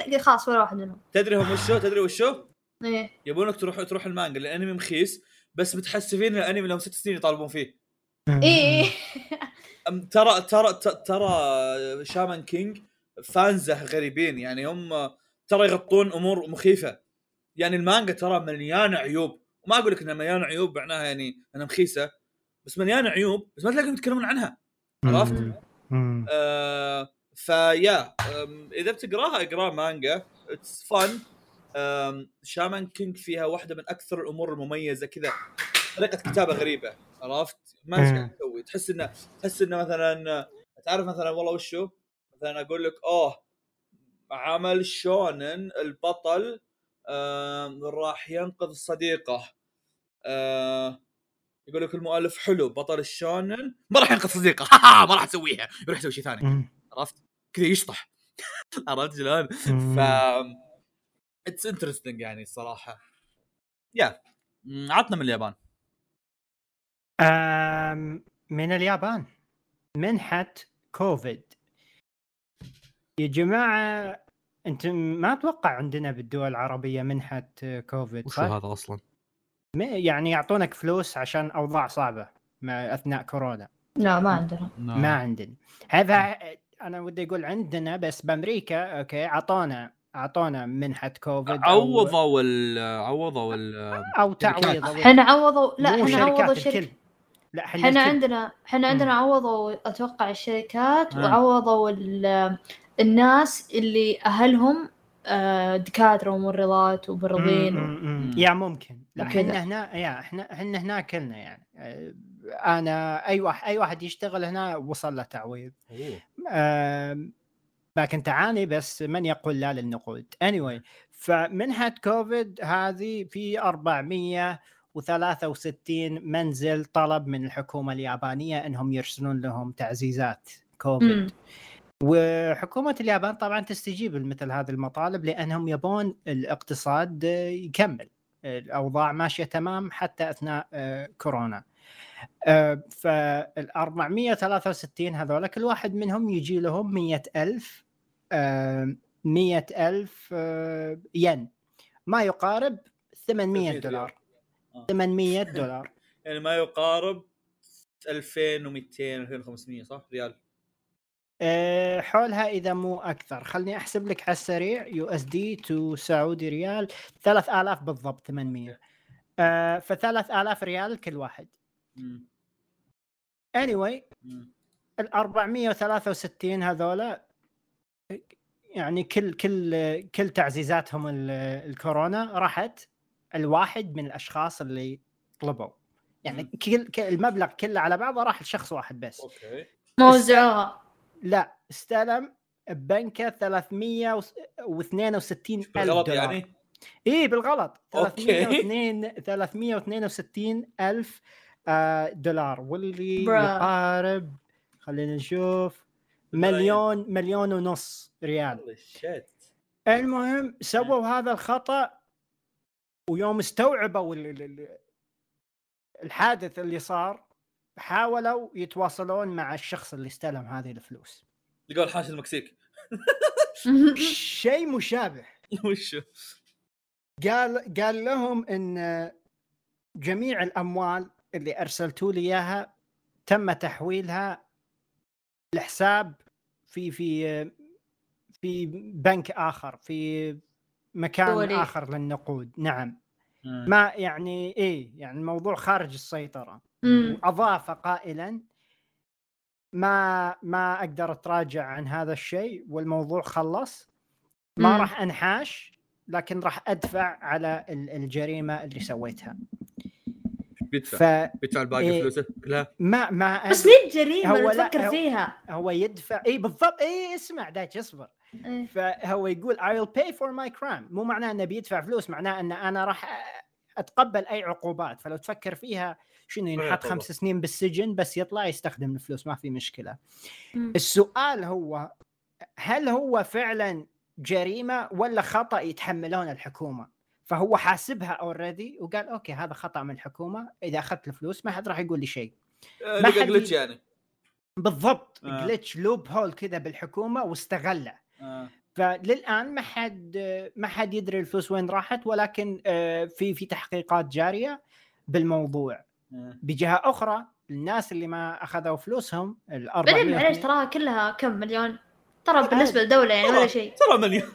Speaker 2: اللي قلت خلاص ولا واحد منهم
Speaker 3: تدري هم وشو تدري وشو
Speaker 2: ايه
Speaker 3: يبونك تروح تروح المانجا الانمي مخيس بس متحسفين إن الانمي لهم ست سنين يطالبون فيه
Speaker 2: ايه
Speaker 3: أم ترى ترى ت- ترى شامان كينج فانزه غريبين يعني هم ترى يغطون امور مخيفه يعني المانجا ترى مليانه عيوب وما اقول لك انها مليانه عيوب معناها يعني انها مخيسه بس مليانه عيوب بس ما تلاقيهم يتكلمون عنها عرفت؟
Speaker 1: مم.
Speaker 3: آه فيا آم، اذا بتقراها اقرا مانجا اتس فن شامان كينج فيها واحده من اكثر الامور المميزه كذا طريقه كتابه غريبه عرفت؟ ما أدري ايش قاعد تسوي تحس انه تحس انه مثلا تعرف مثلا والله وشو؟ مثلا اقول لك اوه عمل شونن البطل آم، راح ينقذ صديقه آه، يقول لك المؤلف حلو بطل الشونن ما راح ينقذ صديقه ما راح تسويها يروح يسوي شيء ثاني
Speaker 1: مم.
Speaker 3: عرفت؟ كذا يشطح عرفت شلون؟
Speaker 1: مم.
Speaker 3: ف اتس انترستنج يعني الصراحه يا مم، عطنا من اليابان
Speaker 1: آم، من اليابان منحة كوفيد يا جماعة انتم ما اتوقع عندنا بالدول العربية منحة كوفيد صح؟
Speaker 3: اصلا؟
Speaker 1: م- يعني يعطونك فلوس عشان اوضاع صعبة ما اثناء كورونا
Speaker 2: لا ما عندنا
Speaker 3: آه. نعم.
Speaker 1: ما عندنا هذا انا ودي اقول عندنا بس بامريكا اوكي اعطونا اعطونا منحة كوفيد أو-
Speaker 3: عوضوا ال عوضوا ال
Speaker 1: او تعويض أو-
Speaker 2: احنا عوضوا لا
Speaker 1: مو
Speaker 2: احنا عوضوا
Speaker 1: شركات
Speaker 2: شركة
Speaker 1: الكل لا احنا
Speaker 2: احنا
Speaker 1: الكل.
Speaker 2: عندنا احنا عندنا عوضوا اتوقع الشركات
Speaker 3: آه.
Speaker 2: وعوضوا ال- الناس اللي اهلهم آه، دكاترة وممرضات وممرضين و-
Speaker 1: مم، مم، مم.
Speaker 3: مم.
Speaker 1: يا ممكن لا
Speaker 2: وكذا.
Speaker 1: احنا هنا يا احنا احنا هنا كلنا يعني آه، انا اي واحد اي واحد يشتغل هنا وصل له تعويض آم، ما كنت اعاني بس من يقول لا للنقود anyway فمنحه كوفيد هذه في 463 منزل طلب من الحكومه اليابانيه انهم يرسلون لهم تعزيزات كوفيد
Speaker 2: مم.
Speaker 1: وحكومة اليابان طبعا تستجيب لمثل هذه المطالب لأنهم يبون الاقتصاد آه، يكمل الأوضاع ماشية تمام حتى أثناء آه، كورونا آه، فال 463 هذول كل واحد منهم يجي لهم 100 ألف 100 ألف آه، ين ما يقارب 800 دولار 800 دولار
Speaker 3: يعني ما يقارب 2200 2500 صح ريال
Speaker 1: أه، حولها اذا مو اكثر خلني احسب لك على السريع يو اس دي تو سعودي ريال 3000 بالضبط 800 أه، ف 3000 ريال كل واحد
Speaker 3: مم.
Speaker 1: anyway
Speaker 3: مم.
Speaker 1: ال 463 هذولا يعني كل كل كل تعزيزاتهم ال- الكورونا راحت الواحد من الاشخاص اللي طلبوا يعني كل كل- المبلغ كله على بعضه راح لشخص واحد بس
Speaker 3: اوكي
Speaker 2: موزعوها
Speaker 1: لا استلم ببنكه 362 الف
Speaker 3: بالغلط
Speaker 1: دولار
Speaker 3: يعني
Speaker 1: اي بالغلط
Speaker 3: أوكي.
Speaker 1: 302 362 الف آه، دولار واللي
Speaker 2: برا.
Speaker 1: يقارب خلينا نشوف
Speaker 3: ملايين. طيب.
Speaker 1: مليون مليون ونص ريال
Speaker 3: شيت
Speaker 1: المهم سووا هذا الخطا ويوم استوعبوا ال- ال- ال- الحادث اللي صار حاولوا يتواصلون مع الشخص اللي استلم هذه الفلوس
Speaker 3: لقوا الحاش المكسيك
Speaker 1: شيء مشابه
Speaker 3: وشو
Speaker 1: قال قال لهم ان جميع الاموال اللي ارسلتوا لي اياها تم تحويلها لحساب في في في بنك اخر في مكان
Speaker 2: دولي.
Speaker 1: اخر للنقود نعم ما يعني ايه يعني الموضوع خارج السيطره
Speaker 2: أمم.
Speaker 1: اضاف قائلا ما ما اقدر اتراجع عن هذا الشيء والموضوع خلص ما
Speaker 2: مم.
Speaker 1: راح انحاش لكن راح ادفع على ال- الجريمه اللي سويتها
Speaker 3: بيدفع
Speaker 1: فما
Speaker 3: بيدفع الباقي
Speaker 1: إيه.
Speaker 3: فلوسه كلها
Speaker 1: ما
Speaker 2: بس مين الجريمه
Speaker 1: هو
Speaker 2: اللي
Speaker 1: لا،
Speaker 2: تفكر
Speaker 1: هو-
Speaker 2: فيها؟
Speaker 1: هو يدفع اي بالضبط اي اسمع دايتش اصبر
Speaker 2: إيه.
Speaker 1: فهو يقول I will pay for my crime مو معناه انه بيدفع فلوس معناه ان انا راح اتقبل اي عقوبات فلو تفكر فيها شنو ينحط
Speaker 3: عقوبة.
Speaker 1: خمس سنين بالسجن بس يطلع يستخدم الفلوس ما في مشكله
Speaker 2: أمم.
Speaker 1: السؤال هو هل هو فعلا جريمه ولا خطا يتحملون الحكومه فهو حاسبها اوريدي وقال اوكي هذا خطا من الحكومه اذا اخذت الفلوس ما حد راح يقول لي شيء
Speaker 3: آه،
Speaker 1: ما
Speaker 3: لقى
Speaker 1: حد
Speaker 3: جلتش
Speaker 1: ي-
Speaker 3: يعني
Speaker 1: بالضبط
Speaker 3: آه.
Speaker 1: جلتش لوب هول كذا بالحكومه واستغله
Speaker 3: آه.
Speaker 1: فللان ما حد ما حد يدري الفلوس وين راحت ولكن آه، في في تحقيقات جاريه بالموضوع
Speaker 3: آه.
Speaker 1: بجهه اخرى الناس اللي ما اخذوا فلوسهم ال
Speaker 2: بعدين معليش
Speaker 1: 400
Speaker 2: تراها كلها كم مليون؟ ترى بالنسبه للدوله يعني ولا شيء
Speaker 3: ترى مليون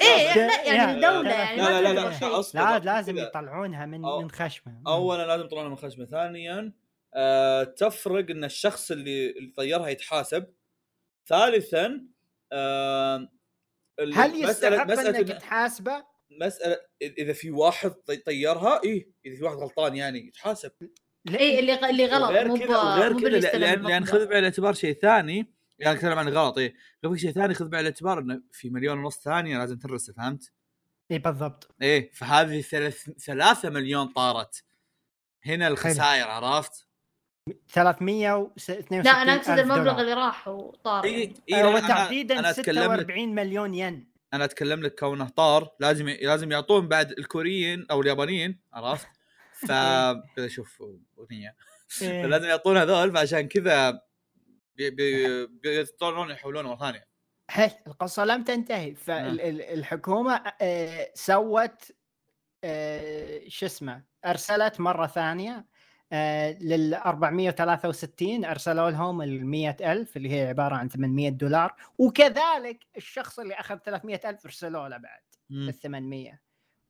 Speaker 2: ايه
Speaker 1: ده-
Speaker 2: لا
Speaker 1: يا-
Speaker 2: يعني الدوله
Speaker 1: إيه، لا،
Speaker 2: يعني
Speaker 1: لا،
Speaker 2: ما
Speaker 1: لا،
Speaker 2: تعتبر
Speaker 1: لا،
Speaker 2: شيء.
Speaker 3: أصبر.
Speaker 1: لا لازم
Speaker 3: كذا.
Speaker 1: يطلعونها من
Speaker 3: أو-
Speaker 1: من خشمه
Speaker 3: اولا لازم يطلعون من خشمه ثانيا آه، تفرق ان الشخص اللي اللي طيرها يتحاسب ثالثا آه، ال-
Speaker 1: هل
Speaker 3: مسألة-
Speaker 1: يستحق
Speaker 3: مسألة
Speaker 1: انك
Speaker 3: إن-
Speaker 1: تحاسبه؟
Speaker 3: مساله إذ- اذا في واحد طي- طيرها ايه اذا في واحد غلطان يعني يتحاسب
Speaker 1: لا،
Speaker 2: اي إيه، اللي غ- اللي غلط
Speaker 3: وغير
Speaker 2: مو
Speaker 3: كذا-
Speaker 2: ب-
Speaker 3: وغير
Speaker 2: مو
Speaker 3: كذا
Speaker 2: باللي
Speaker 3: لأ-
Speaker 2: استلم
Speaker 3: لان
Speaker 2: المبلغ.
Speaker 1: يعني
Speaker 3: لان خذ بعين الاعتبار شيء ثاني يعني اتكلم عن غلط ايه خذ شيء ثاني خذ بعين الاعتبار انه في مليون ونص ثانيه لازم ترسه فهمت؟
Speaker 1: اي إيه، بالضبط
Speaker 3: ايه فهذه ثلاث ثلاثة مليون طارت هنا الخسائر عرفت؟
Speaker 1: 362
Speaker 2: لا انا اقصد
Speaker 1: ألف
Speaker 2: المبلغ
Speaker 1: دولار.
Speaker 2: اللي راح وطار
Speaker 3: اي
Speaker 2: يعني.
Speaker 3: اي
Speaker 1: آه،
Speaker 3: لا، إيه، أنا- أنا
Speaker 1: وتحديدا
Speaker 3: أتكلم لك-
Speaker 1: 46 مليون ين
Speaker 3: انا اتكلم لك كونه طار لازم لازم يعطون بعد الكوريين او اليابانيين عرفت؟ ف كذا شوف اغنيه
Speaker 1: إيه.
Speaker 3: فلازم يعطون هذول فعشان كذا بي- بي- بيضطرون يحولون مره ثانيه
Speaker 1: حلو القصة لم
Speaker 3: نعم.
Speaker 1: تنتهي فالحكومة سوت آه، شو اسمه أرسلت مرة ثانية آه، لل 463 أرسلوا لهم ال 100000 اللي هي عبارة عن 800 دولار وكذلك الشخص اللي أخذ 300000 أرسلوا له بعد ال 800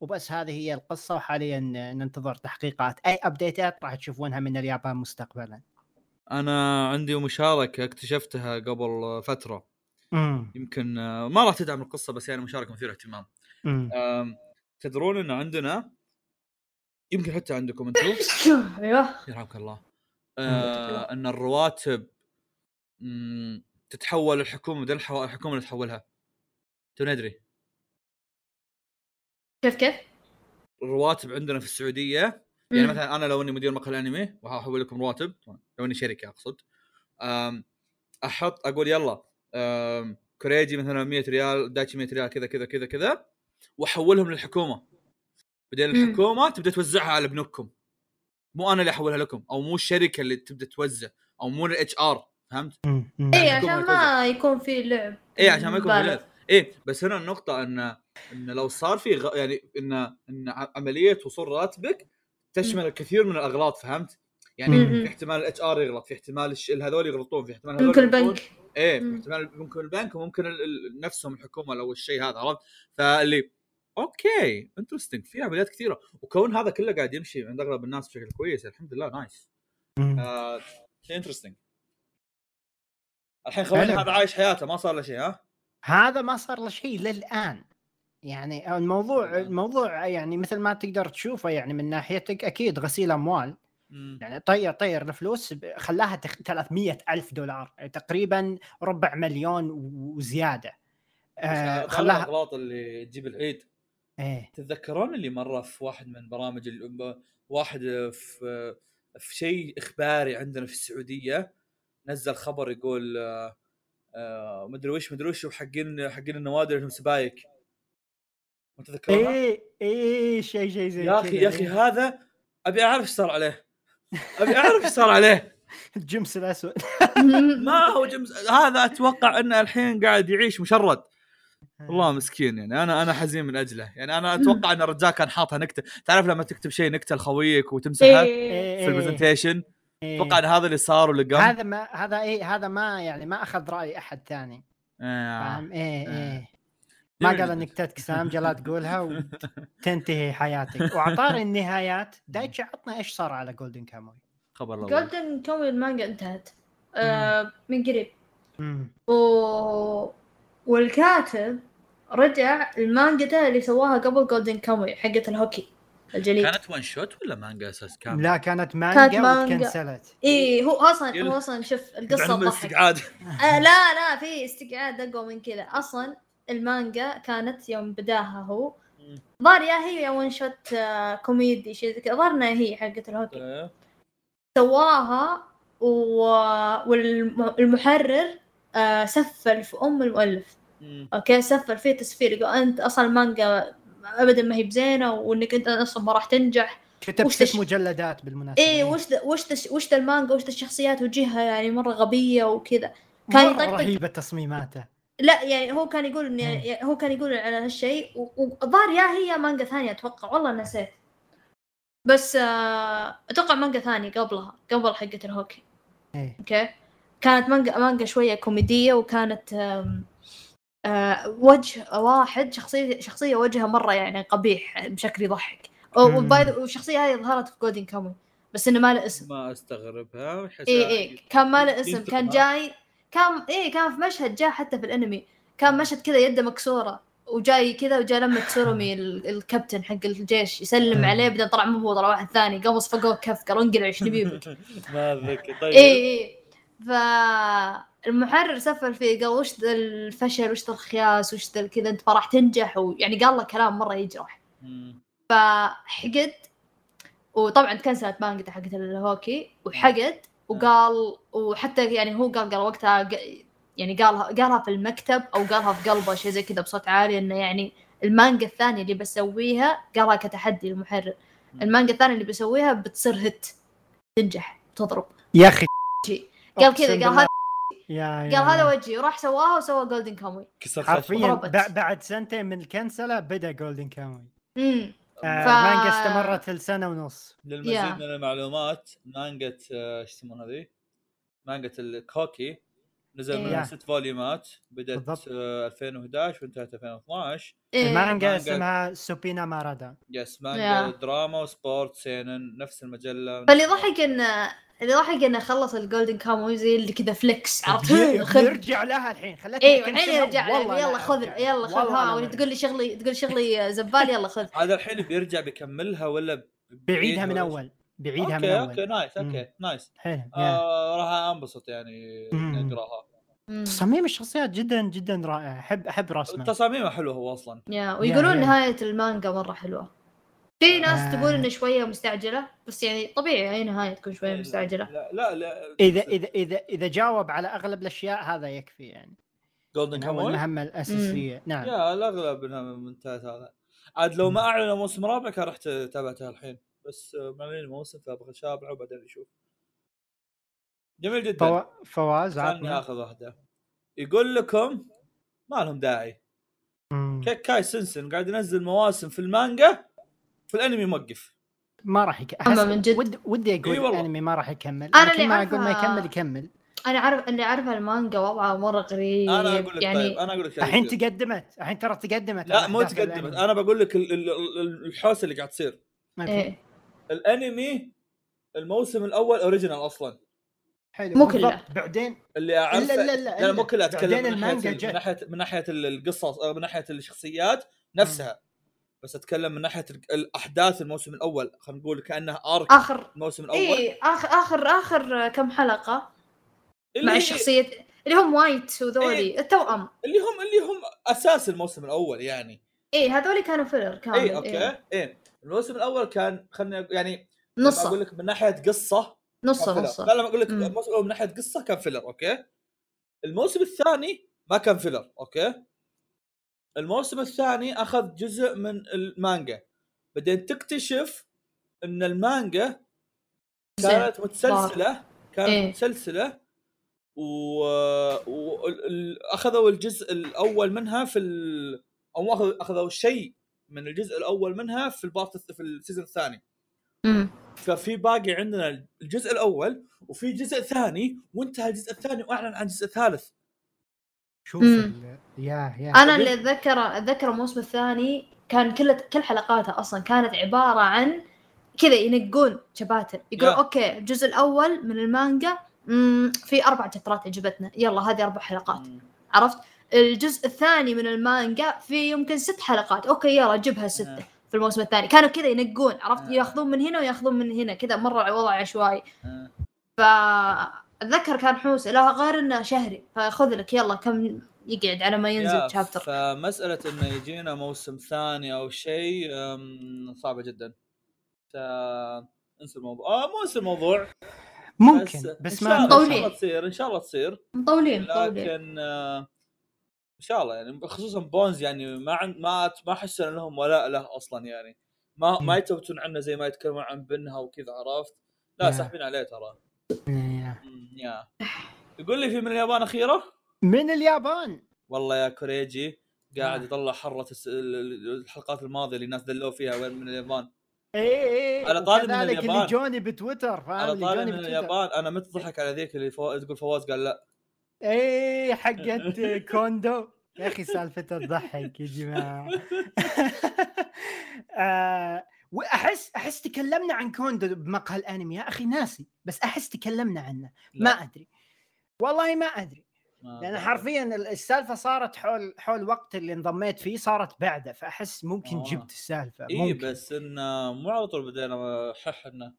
Speaker 1: وبس هذه هي القصة وحاليا ننتظر تحقيقات أي أبديتات راح تشوفونها من اليابان مستقبلا
Speaker 3: انا عندي مشاركه اكتشفتها قبل فتره
Speaker 1: امم
Speaker 3: يمكن آه، ما راح تدعم القصه بس يعني مشاركه مثيره اهتمام
Speaker 1: أمم.
Speaker 3: آم، تدرون ان عندنا يمكن حتى عندكم انتم
Speaker 2: ايوه
Speaker 3: يرحمك الله آه ان الرواتب مم، تتحول الحكومه بدل الحو- الحكومه اللي تحولها تو ندري
Speaker 2: كيف كيف؟
Speaker 3: الرواتب عندنا في السعوديه يعني
Speaker 2: مم.
Speaker 3: مثلا انا لو اني مدير مقهى الانمي وهحول لكم رواتب لو اني شركه اقصد آم، احط اقول يلا آم، كوريجي مثلا 100 ريال دايتشي 100 ريال كذا كذا كذا كذا واحولهم للحكومه بعدين
Speaker 2: مم.
Speaker 3: الحكومه تبدا توزعها على بنوكم مو انا اللي احولها لكم او مو الشركه اللي تبدا توزع او مو الاتش ار فهمت؟
Speaker 1: أمم. أمم.
Speaker 2: اي
Speaker 3: الحكومة
Speaker 2: إيه، عشان
Speaker 3: توزع.
Speaker 2: ما يكون في لعب
Speaker 3: ايه عشان ما يكون في
Speaker 2: بالغ.
Speaker 3: لعب. ايه بس هنا النقطة ان ان لو صار في غ... يعني ان ان ع- عملية وصول راتبك تشمل الكثير من الاغلاط فهمت؟ يعني
Speaker 2: مم.
Speaker 3: في احتمال الاتش ار يغلط، في احتمال الش- هذول يغلطون، في احتمال هذول
Speaker 2: ممكن
Speaker 3: يغلطون.
Speaker 2: البنك
Speaker 3: ايه في
Speaker 2: مم.
Speaker 3: احتمال ممكن البنك وممكن ال- ال- نفسهم الحكومة لو الشيء هذا عرفت؟ فاللي اوكي انترستنج في عمليات كثيرة وكون هذا كله قاعد يمشي عند اغلب الناس بشكل كويس الحمد لله نايس.
Speaker 1: أمم.
Speaker 3: آه، شيء انترستنج. الحين خوينا
Speaker 1: حلو.
Speaker 3: هذا عايش حياته ما صار له شيء ها؟
Speaker 1: هذا ما صار له شيء للان يعني الموضوع الموضوع يعني مثل ما تقدر تشوفه يعني من ناحيتك اكيد غسيل اموال
Speaker 3: مم.
Speaker 1: يعني طير طير الفلوس ب- خلاها تخ- 300 الف دولار تقريبا ربع مليون وزياده آه
Speaker 3: بس على
Speaker 1: خلاها
Speaker 3: الاغلاط اللي تجيب العيد
Speaker 1: ايه
Speaker 3: تتذكرون اللي مره في واحد من برامج ال- واحد في في شيء اخباري عندنا في السعوديه نزل خبر يقول آه، آه، مدري وش مدري وش وحقين حقين النوادر انهم سبايك متذكرون
Speaker 1: ايه ايه شيء شيء زي
Speaker 3: يا اخي
Speaker 1: كذا. إيه.
Speaker 3: يا اخي هذا ابي اعرف ايش صار عليه ابي اعرف ايش صار عليه
Speaker 1: الجمس الاسود
Speaker 3: ما هو جمز... هذا اتوقع انه الحين قاعد يعيش مشرد والله مسكين يعني انا انا حزين من اجله يعني انا اتوقع ان الرجال كان حاطها نكته تعرف لما تكتب شيء نكته لخويك وتمسحها
Speaker 2: إيه.
Speaker 1: إيه،
Speaker 3: في البرزنتيشن
Speaker 1: إيه.
Speaker 3: اتوقع ان هذا اللي صار ولقم
Speaker 1: هذا ما هذا ايه هذا ما يعني ما اخذ راي احد ثاني
Speaker 3: آه.
Speaker 1: فاهم ايه
Speaker 3: آه.
Speaker 1: ايه ما
Speaker 3: جميل
Speaker 1: قال
Speaker 3: جداً.
Speaker 1: نكتتك سام جلا تقولها وتنتهي حياتك وعطار النهايات دايتشي عطنا ايش صار على جولدن كاموي
Speaker 3: خبر الله
Speaker 2: جولدن كومي المانجا انتهت آه من قريب
Speaker 1: مم.
Speaker 2: و... والكاتب رجع المانجا ده اللي سواها قبل جولدن كاموي حقت الهوكي الجليد
Speaker 3: كانت ون شوت ولا مانجا اساس كامل؟
Speaker 1: لا كانت
Speaker 2: كانت
Speaker 1: مانجا
Speaker 2: مانجا.
Speaker 1: وتكنسلت
Speaker 2: ايه هو اصلا
Speaker 3: يلا.
Speaker 2: هو اصلا شوف القصه
Speaker 3: قصه
Speaker 2: تضحك
Speaker 3: الاستقعاد
Speaker 2: آه لا لا في استقعاد اقوى من كذا اصلا المانجا كانت يوم بداها هو
Speaker 3: مم.
Speaker 2: ظهر يا هي يا ون شوت آه، كوميدي شيء زي كذا ظهرنا هي حقت الهوكي
Speaker 3: إيه.
Speaker 2: سواها والمحرر آه، سفل في ام المؤلف
Speaker 3: مم.
Speaker 2: اوكي سفل فيه تسفير يقول انت اصلا المانجا ابدا ما هي بزينه وانك انت اصلا ما راح تنجح
Speaker 1: كتبت
Speaker 2: وش تش-
Speaker 1: ست مجلدات إيه. بالمناسبه
Speaker 2: ايه وش ذا وش ذا وش ذا المانجا وش ذا الشخصيات وجهها يعني مره غبيه وكذا كان
Speaker 1: كان
Speaker 2: يطقطق
Speaker 1: رهيبه تصميماته
Speaker 2: لا يعني هو كان يقول إن يعني هو كان يقول على هالشيء و- وظهر يا هي مانجا ثانية أتوقع والله نسيت بس آه، أتوقع مانجا ثانية قبلها قبل حقة الهوكي
Speaker 1: إيه.
Speaker 2: أوكي كانت مانجا مانجا شوية كوميدية وكانت آم، آه، وجه واحد شخصية شخصية وجهها مرة يعني قبيح بشكل يضحك أو-
Speaker 1: مم.
Speaker 2: وباي ذا- والشخصية هذه ظهرت في جولدن كامون بس إنه ما له اسم
Speaker 3: ما استغربها أحس-
Speaker 1: إيه،
Speaker 2: اي اي إيه، كان ما له اسم
Speaker 3: ينطق
Speaker 2: كان
Speaker 3: معه.
Speaker 2: جاي كان اي كان في مشهد جاء حتى في الانمي كان مشهد كذا يده مكسوره وجاي كذا وجاء لما تسورمي ال- الكابتن حق الجيش يسلم
Speaker 1: إيه.
Speaker 2: عليه بعدين طلع مو هو طلع واحد ثاني قمص فوقه كف قال انقلع ايش نبي إيه، بك
Speaker 3: ما اتذكر طيب
Speaker 1: إيه.
Speaker 2: اي اي فالمحرر سفل فيه قال وش ذا الفشل وش ذا الخياس وش ذا كذا انت ما راح تنجح ويعني قال له كلام مره يجرح
Speaker 3: مم.
Speaker 2: فحقد وطبعا تكنسلت مانجته حقت الهوكي وحقد وقال وحتى يعني هو قال قال وقتها ق- يعني قالها قالها في المكتب او قالها في قلبه شيء زي كذا بصوت عالي انه يعني المانجا الثانيه اللي بسويها قالها كتحدي للمحرر
Speaker 3: مم.
Speaker 2: المانجا الثانيه اللي بسويها بتصير هيت تنجح تضرب
Speaker 1: يا اخي
Speaker 2: شيء قال
Speaker 1: أقسم
Speaker 2: كذا قال
Speaker 1: بالله.
Speaker 2: هذا
Speaker 1: يا
Speaker 2: قال هذا وجهي وراح سواها وسوى جولدن كاموي
Speaker 3: كسر خشمه.
Speaker 1: حرفيا
Speaker 2: ضربت.
Speaker 1: بع- بعد سنتين من الكنسله بدا جولدن كاموي
Speaker 2: امم
Speaker 1: آه
Speaker 2: ف-
Speaker 1: مانجا استمرت لسنه ونص
Speaker 3: للمزيد
Speaker 2: Yeah.
Speaker 3: من المعلومات مانجة آه، ايش يسمون هذه؟ مانجة الكوكي نزل منها
Speaker 1: Yeah.
Speaker 3: ست فوليومات بدات
Speaker 1: بالضبط.
Speaker 3: آه، 2011 وانتهت 2012
Speaker 2: إيه.
Speaker 1: المانجا
Speaker 3: مانجا.
Speaker 1: اسمها سوبينا مارادا
Speaker 3: يس مانجا
Speaker 2: Yeah.
Speaker 3: دراما وسبورت سينن نفس المجله
Speaker 2: فاللي ضحك انه اللي ضحك انه خلص الجولدن كاموي زي اللي كذا فليكس عرفت خذ
Speaker 1: يرجع لها الحين خلتها
Speaker 2: ايوه
Speaker 1: تكنسلها.
Speaker 2: الحين يرجع
Speaker 1: والله
Speaker 2: يلا
Speaker 1: لا
Speaker 2: خذ
Speaker 1: أرجع.
Speaker 2: يلا خذ
Speaker 1: والله
Speaker 2: ها
Speaker 1: لا يعني.
Speaker 2: ولا
Speaker 1: أرجع.
Speaker 2: تقول لي شغلي تقول لي شغلي زبال يلا خذ
Speaker 3: هذا الحين بيرجع بيكملها ولا ب-
Speaker 1: بعيدها من
Speaker 3: ولا إيش؟
Speaker 1: اول بعيدها من
Speaker 3: اوكي اوكي
Speaker 1: اول
Speaker 3: نايس
Speaker 1: مم.
Speaker 3: اوكي نايس
Speaker 1: حلو يا.
Speaker 3: آه، راح انبسط يعني
Speaker 1: مم.
Speaker 3: نقراها
Speaker 2: مم.
Speaker 1: تصاميم الشخصيات جدا جدا رائعه احب احب رسمه
Speaker 3: تصاميمه حلوه هو اصلا
Speaker 2: يا ويقولون
Speaker 1: يا.
Speaker 2: نهاية المانجا مرة حلوة في ناس
Speaker 1: آه.
Speaker 2: تقول انه شوية مستعجلة بس يعني طبيعي اي نهاية تكون شوية مستعجلة
Speaker 3: لا لا, لا.
Speaker 1: اذا اذا اذا اذا جاوب على اغلب الاشياء هذا يكفي يعني
Speaker 3: جولدن
Speaker 1: من أول
Speaker 3: كاموي
Speaker 1: المهمه الاساسيه نعم
Speaker 3: يا الاغلب انها منتهت هذا عاد لو ما اعلنوا موسم رابع كان رحت تابعتها الحين بس آه، معلنين الموسم فابغى اتابعه وبعدين اشوف جميل
Speaker 1: فو...
Speaker 3: جدا
Speaker 1: فواز
Speaker 3: خلني
Speaker 1: عطنا
Speaker 3: اخذ واحده يقول لكم ما لهم داعي
Speaker 1: مم.
Speaker 3: كاي سنسن قاعد ينزل مواسم في المانجا في الانمي موقف
Speaker 1: ما راح يك...
Speaker 2: أما
Speaker 1: أحس-
Speaker 2: من جد.
Speaker 1: ود... ودي اقول
Speaker 3: إي إيه، والله.
Speaker 1: الانمي ما راح يكمل
Speaker 2: أنا
Speaker 1: أنا لكن
Speaker 2: اللي
Speaker 1: ما اقول ما
Speaker 2: أعرفها-
Speaker 1: يكمل يكمل
Speaker 2: انا عارف اللي عارفة المانجا وضعها مرة غريب
Speaker 3: انا اقول لك
Speaker 2: يعني
Speaker 3: طيب انا اقول لك شيء
Speaker 1: الحين
Speaker 3: يصير.
Speaker 1: تقدمت الحين ترى تقدمت
Speaker 3: لا
Speaker 1: على
Speaker 3: مو
Speaker 1: أحداث
Speaker 3: تقدمت
Speaker 1: الأنمي.
Speaker 3: انا بقول لك ال- ال- ال- الحوسه اللي قاعد تصير
Speaker 1: ما في.
Speaker 2: إيه.
Speaker 3: الانمي الموسم الاول اوريجينال اصلا
Speaker 1: حلو
Speaker 2: مو كله.
Speaker 1: بالضبط. بعدين
Speaker 3: اللي اعرفه
Speaker 1: لا لا لا
Speaker 3: لا لا مو كلها اتكلم
Speaker 1: بعدين
Speaker 3: من ناحيه
Speaker 1: المانجا
Speaker 3: ال- من
Speaker 1: جت
Speaker 3: ناحيه من ناحيه القصص أو من ناحيه الشخصيات نفسها بس اتكلم من ناحيه ال- الاحداث الموسم الاول خلينا نقول كانها ارك
Speaker 2: اخر
Speaker 3: الموسم الاول
Speaker 2: اي اخر اخر اخر كم حلقه
Speaker 3: اللي
Speaker 2: مع
Speaker 3: هي-
Speaker 2: الشخصية اللي هم وايت وذولي
Speaker 3: إيه.
Speaker 2: التوأم
Speaker 3: اللي هم اللي هم اساس الموسم الاول يعني
Speaker 2: اي إيه، هذولي كانوا إيه. فيلر كامل
Speaker 3: اي اوكي اي الموسم الاول كان خلينا يعني لما اقول
Speaker 2: نصه
Speaker 3: لك من ناحيه قصه كان
Speaker 2: نصه
Speaker 3: فيلر.
Speaker 2: نصه
Speaker 3: لا لا اقول لك
Speaker 2: مم.
Speaker 3: الموسم الاول من ناحيه قصه كان فيلر اوكي الموسم الثاني ما كان فيلر اوكي الموسم الثاني اخذ جزء من المانجا بعدين تكتشف ان المانجا كانت متسلسله كانت
Speaker 2: إيه.
Speaker 3: متسلسله واخذوا و... ال- ال- أخذوا الجزء الاول منها في ال... او اخذوا اخذوا شيء من الجزء الاول منها في البارت الث- في السيزون الثاني
Speaker 2: مم.
Speaker 3: ففي باقي عندنا الجزء الاول وفي جزء ثاني وانتهى الجزء الثاني واعلن عن الجزء الثالث
Speaker 1: شوف
Speaker 2: مم.
Speaker 1: ال- يا يا
Speaker 2: انا اللي اتذكره اتذكر الموسم الثاني كان كل كل حلقاتها اصلا كانت عباره عن كذا ينقون شباتر يقولون
Speaker 3: Yeah.
Speaker 2: اوكي الجزء الاول من المانجا مم، في اربع شابترات عجبتنا يلا هذه اربع حلقات عرفت الجزء الثاني من المانجا في يمكن ست حلقات اوكي يلا جبها سته في الموسم الثاني كانوا كذا ينقون عرفت
Speaker 3: آه.
Speaker 2: ياخذون من هنا وياخذون من هنا كذا مره وضع عشوائي
Speaker 3: آه.
Speaker 2: اتذكر كان حوسه لا غير انه شهري فخذ لك يلا كم يقعد على ما
Speaker 3: يا،
Speaker 2: ينزل شابتر
Speaker 3: فمساله انه يجينا موسم ثاني او شيء أم، صعبه جدا ف- انسى الموضوع اه مو انسى الموضوع
Speaker 1: ممكن
Speaker 3: بس,
Speaker 1: بس
Speaker 3: إن شاء
Speaker 1: ما
Speaker 3: الله-
Speaker 2: قوي.
Speaker 1: أتوقع.
Speaker 3: ان شاء الله تصير ان شاء الله تصير
Speaker 2: مطولين مطولين
Speaker 3: لكن آه، ان شاء الله يعني خصوصا بونز يعني ما عن ما ما احس إن لهم ولاء له اصلا يعني ما ما
Speaker 1: مم.
Speaker 3: يتوتون عنه زي ما يتكلمون عن بنها وكذا عرفت
Speaker 1: يا.
Speaker 3: لا ساحبين عليه ترى
Speaker 1: يا.
Speaker 3: مم، يا يقول لي في من اليابان اخيره
Speaker 1: من اليابان
Speaker 3: والله يا كوريجي قاعد
Speaker 1: آه.
Speaker 3: يطلع حره الس- ال- ال- الحلقات الماضيه اللي الناس دلوا فيها وين من اليابان
Speaker 1: اي اي
Speaker 3: على طاري من
Speaker 1: إيه، وكذلك اللي
Speaker 3: اليابان.
Speaker 1: جوني بتويتر فاهم
Speaker 3: على
Speaker 1: اللي
Speaker 3: طاري
Speaker 1: جوني
Speaker 3: من
Speaker 1: بتويتر
Speaker 3: اليابان انا متضحك على ذيك اللي فو... تقول فواز قال لا
Speaker 1: اي حقت إيه، كوندو يا اخي سالفته تضحك يا جماعه آه، واحس احس تكلمنا عن كوندو بمقهى الانمي يا اخي ناسي بس احس تكلمنا عنه ما
Speaker 3: لا. آه.
Speaker 1: ادري والله ما ادري
Speaker 3: ما
Speaker 1: لان
Speaker 3: أدري.
Speaker 1: حرفيا ال- السالفه صارت حول حول وقت اللي انضميت فيه صارت بعده فاحس ممكن
Speaker 3: آه.
Speaker 1: جبت السالفه
Speaker 3: اي
Speaker 1: ممكن
Speaker 3: بس انه مو على طول بدينا حح انه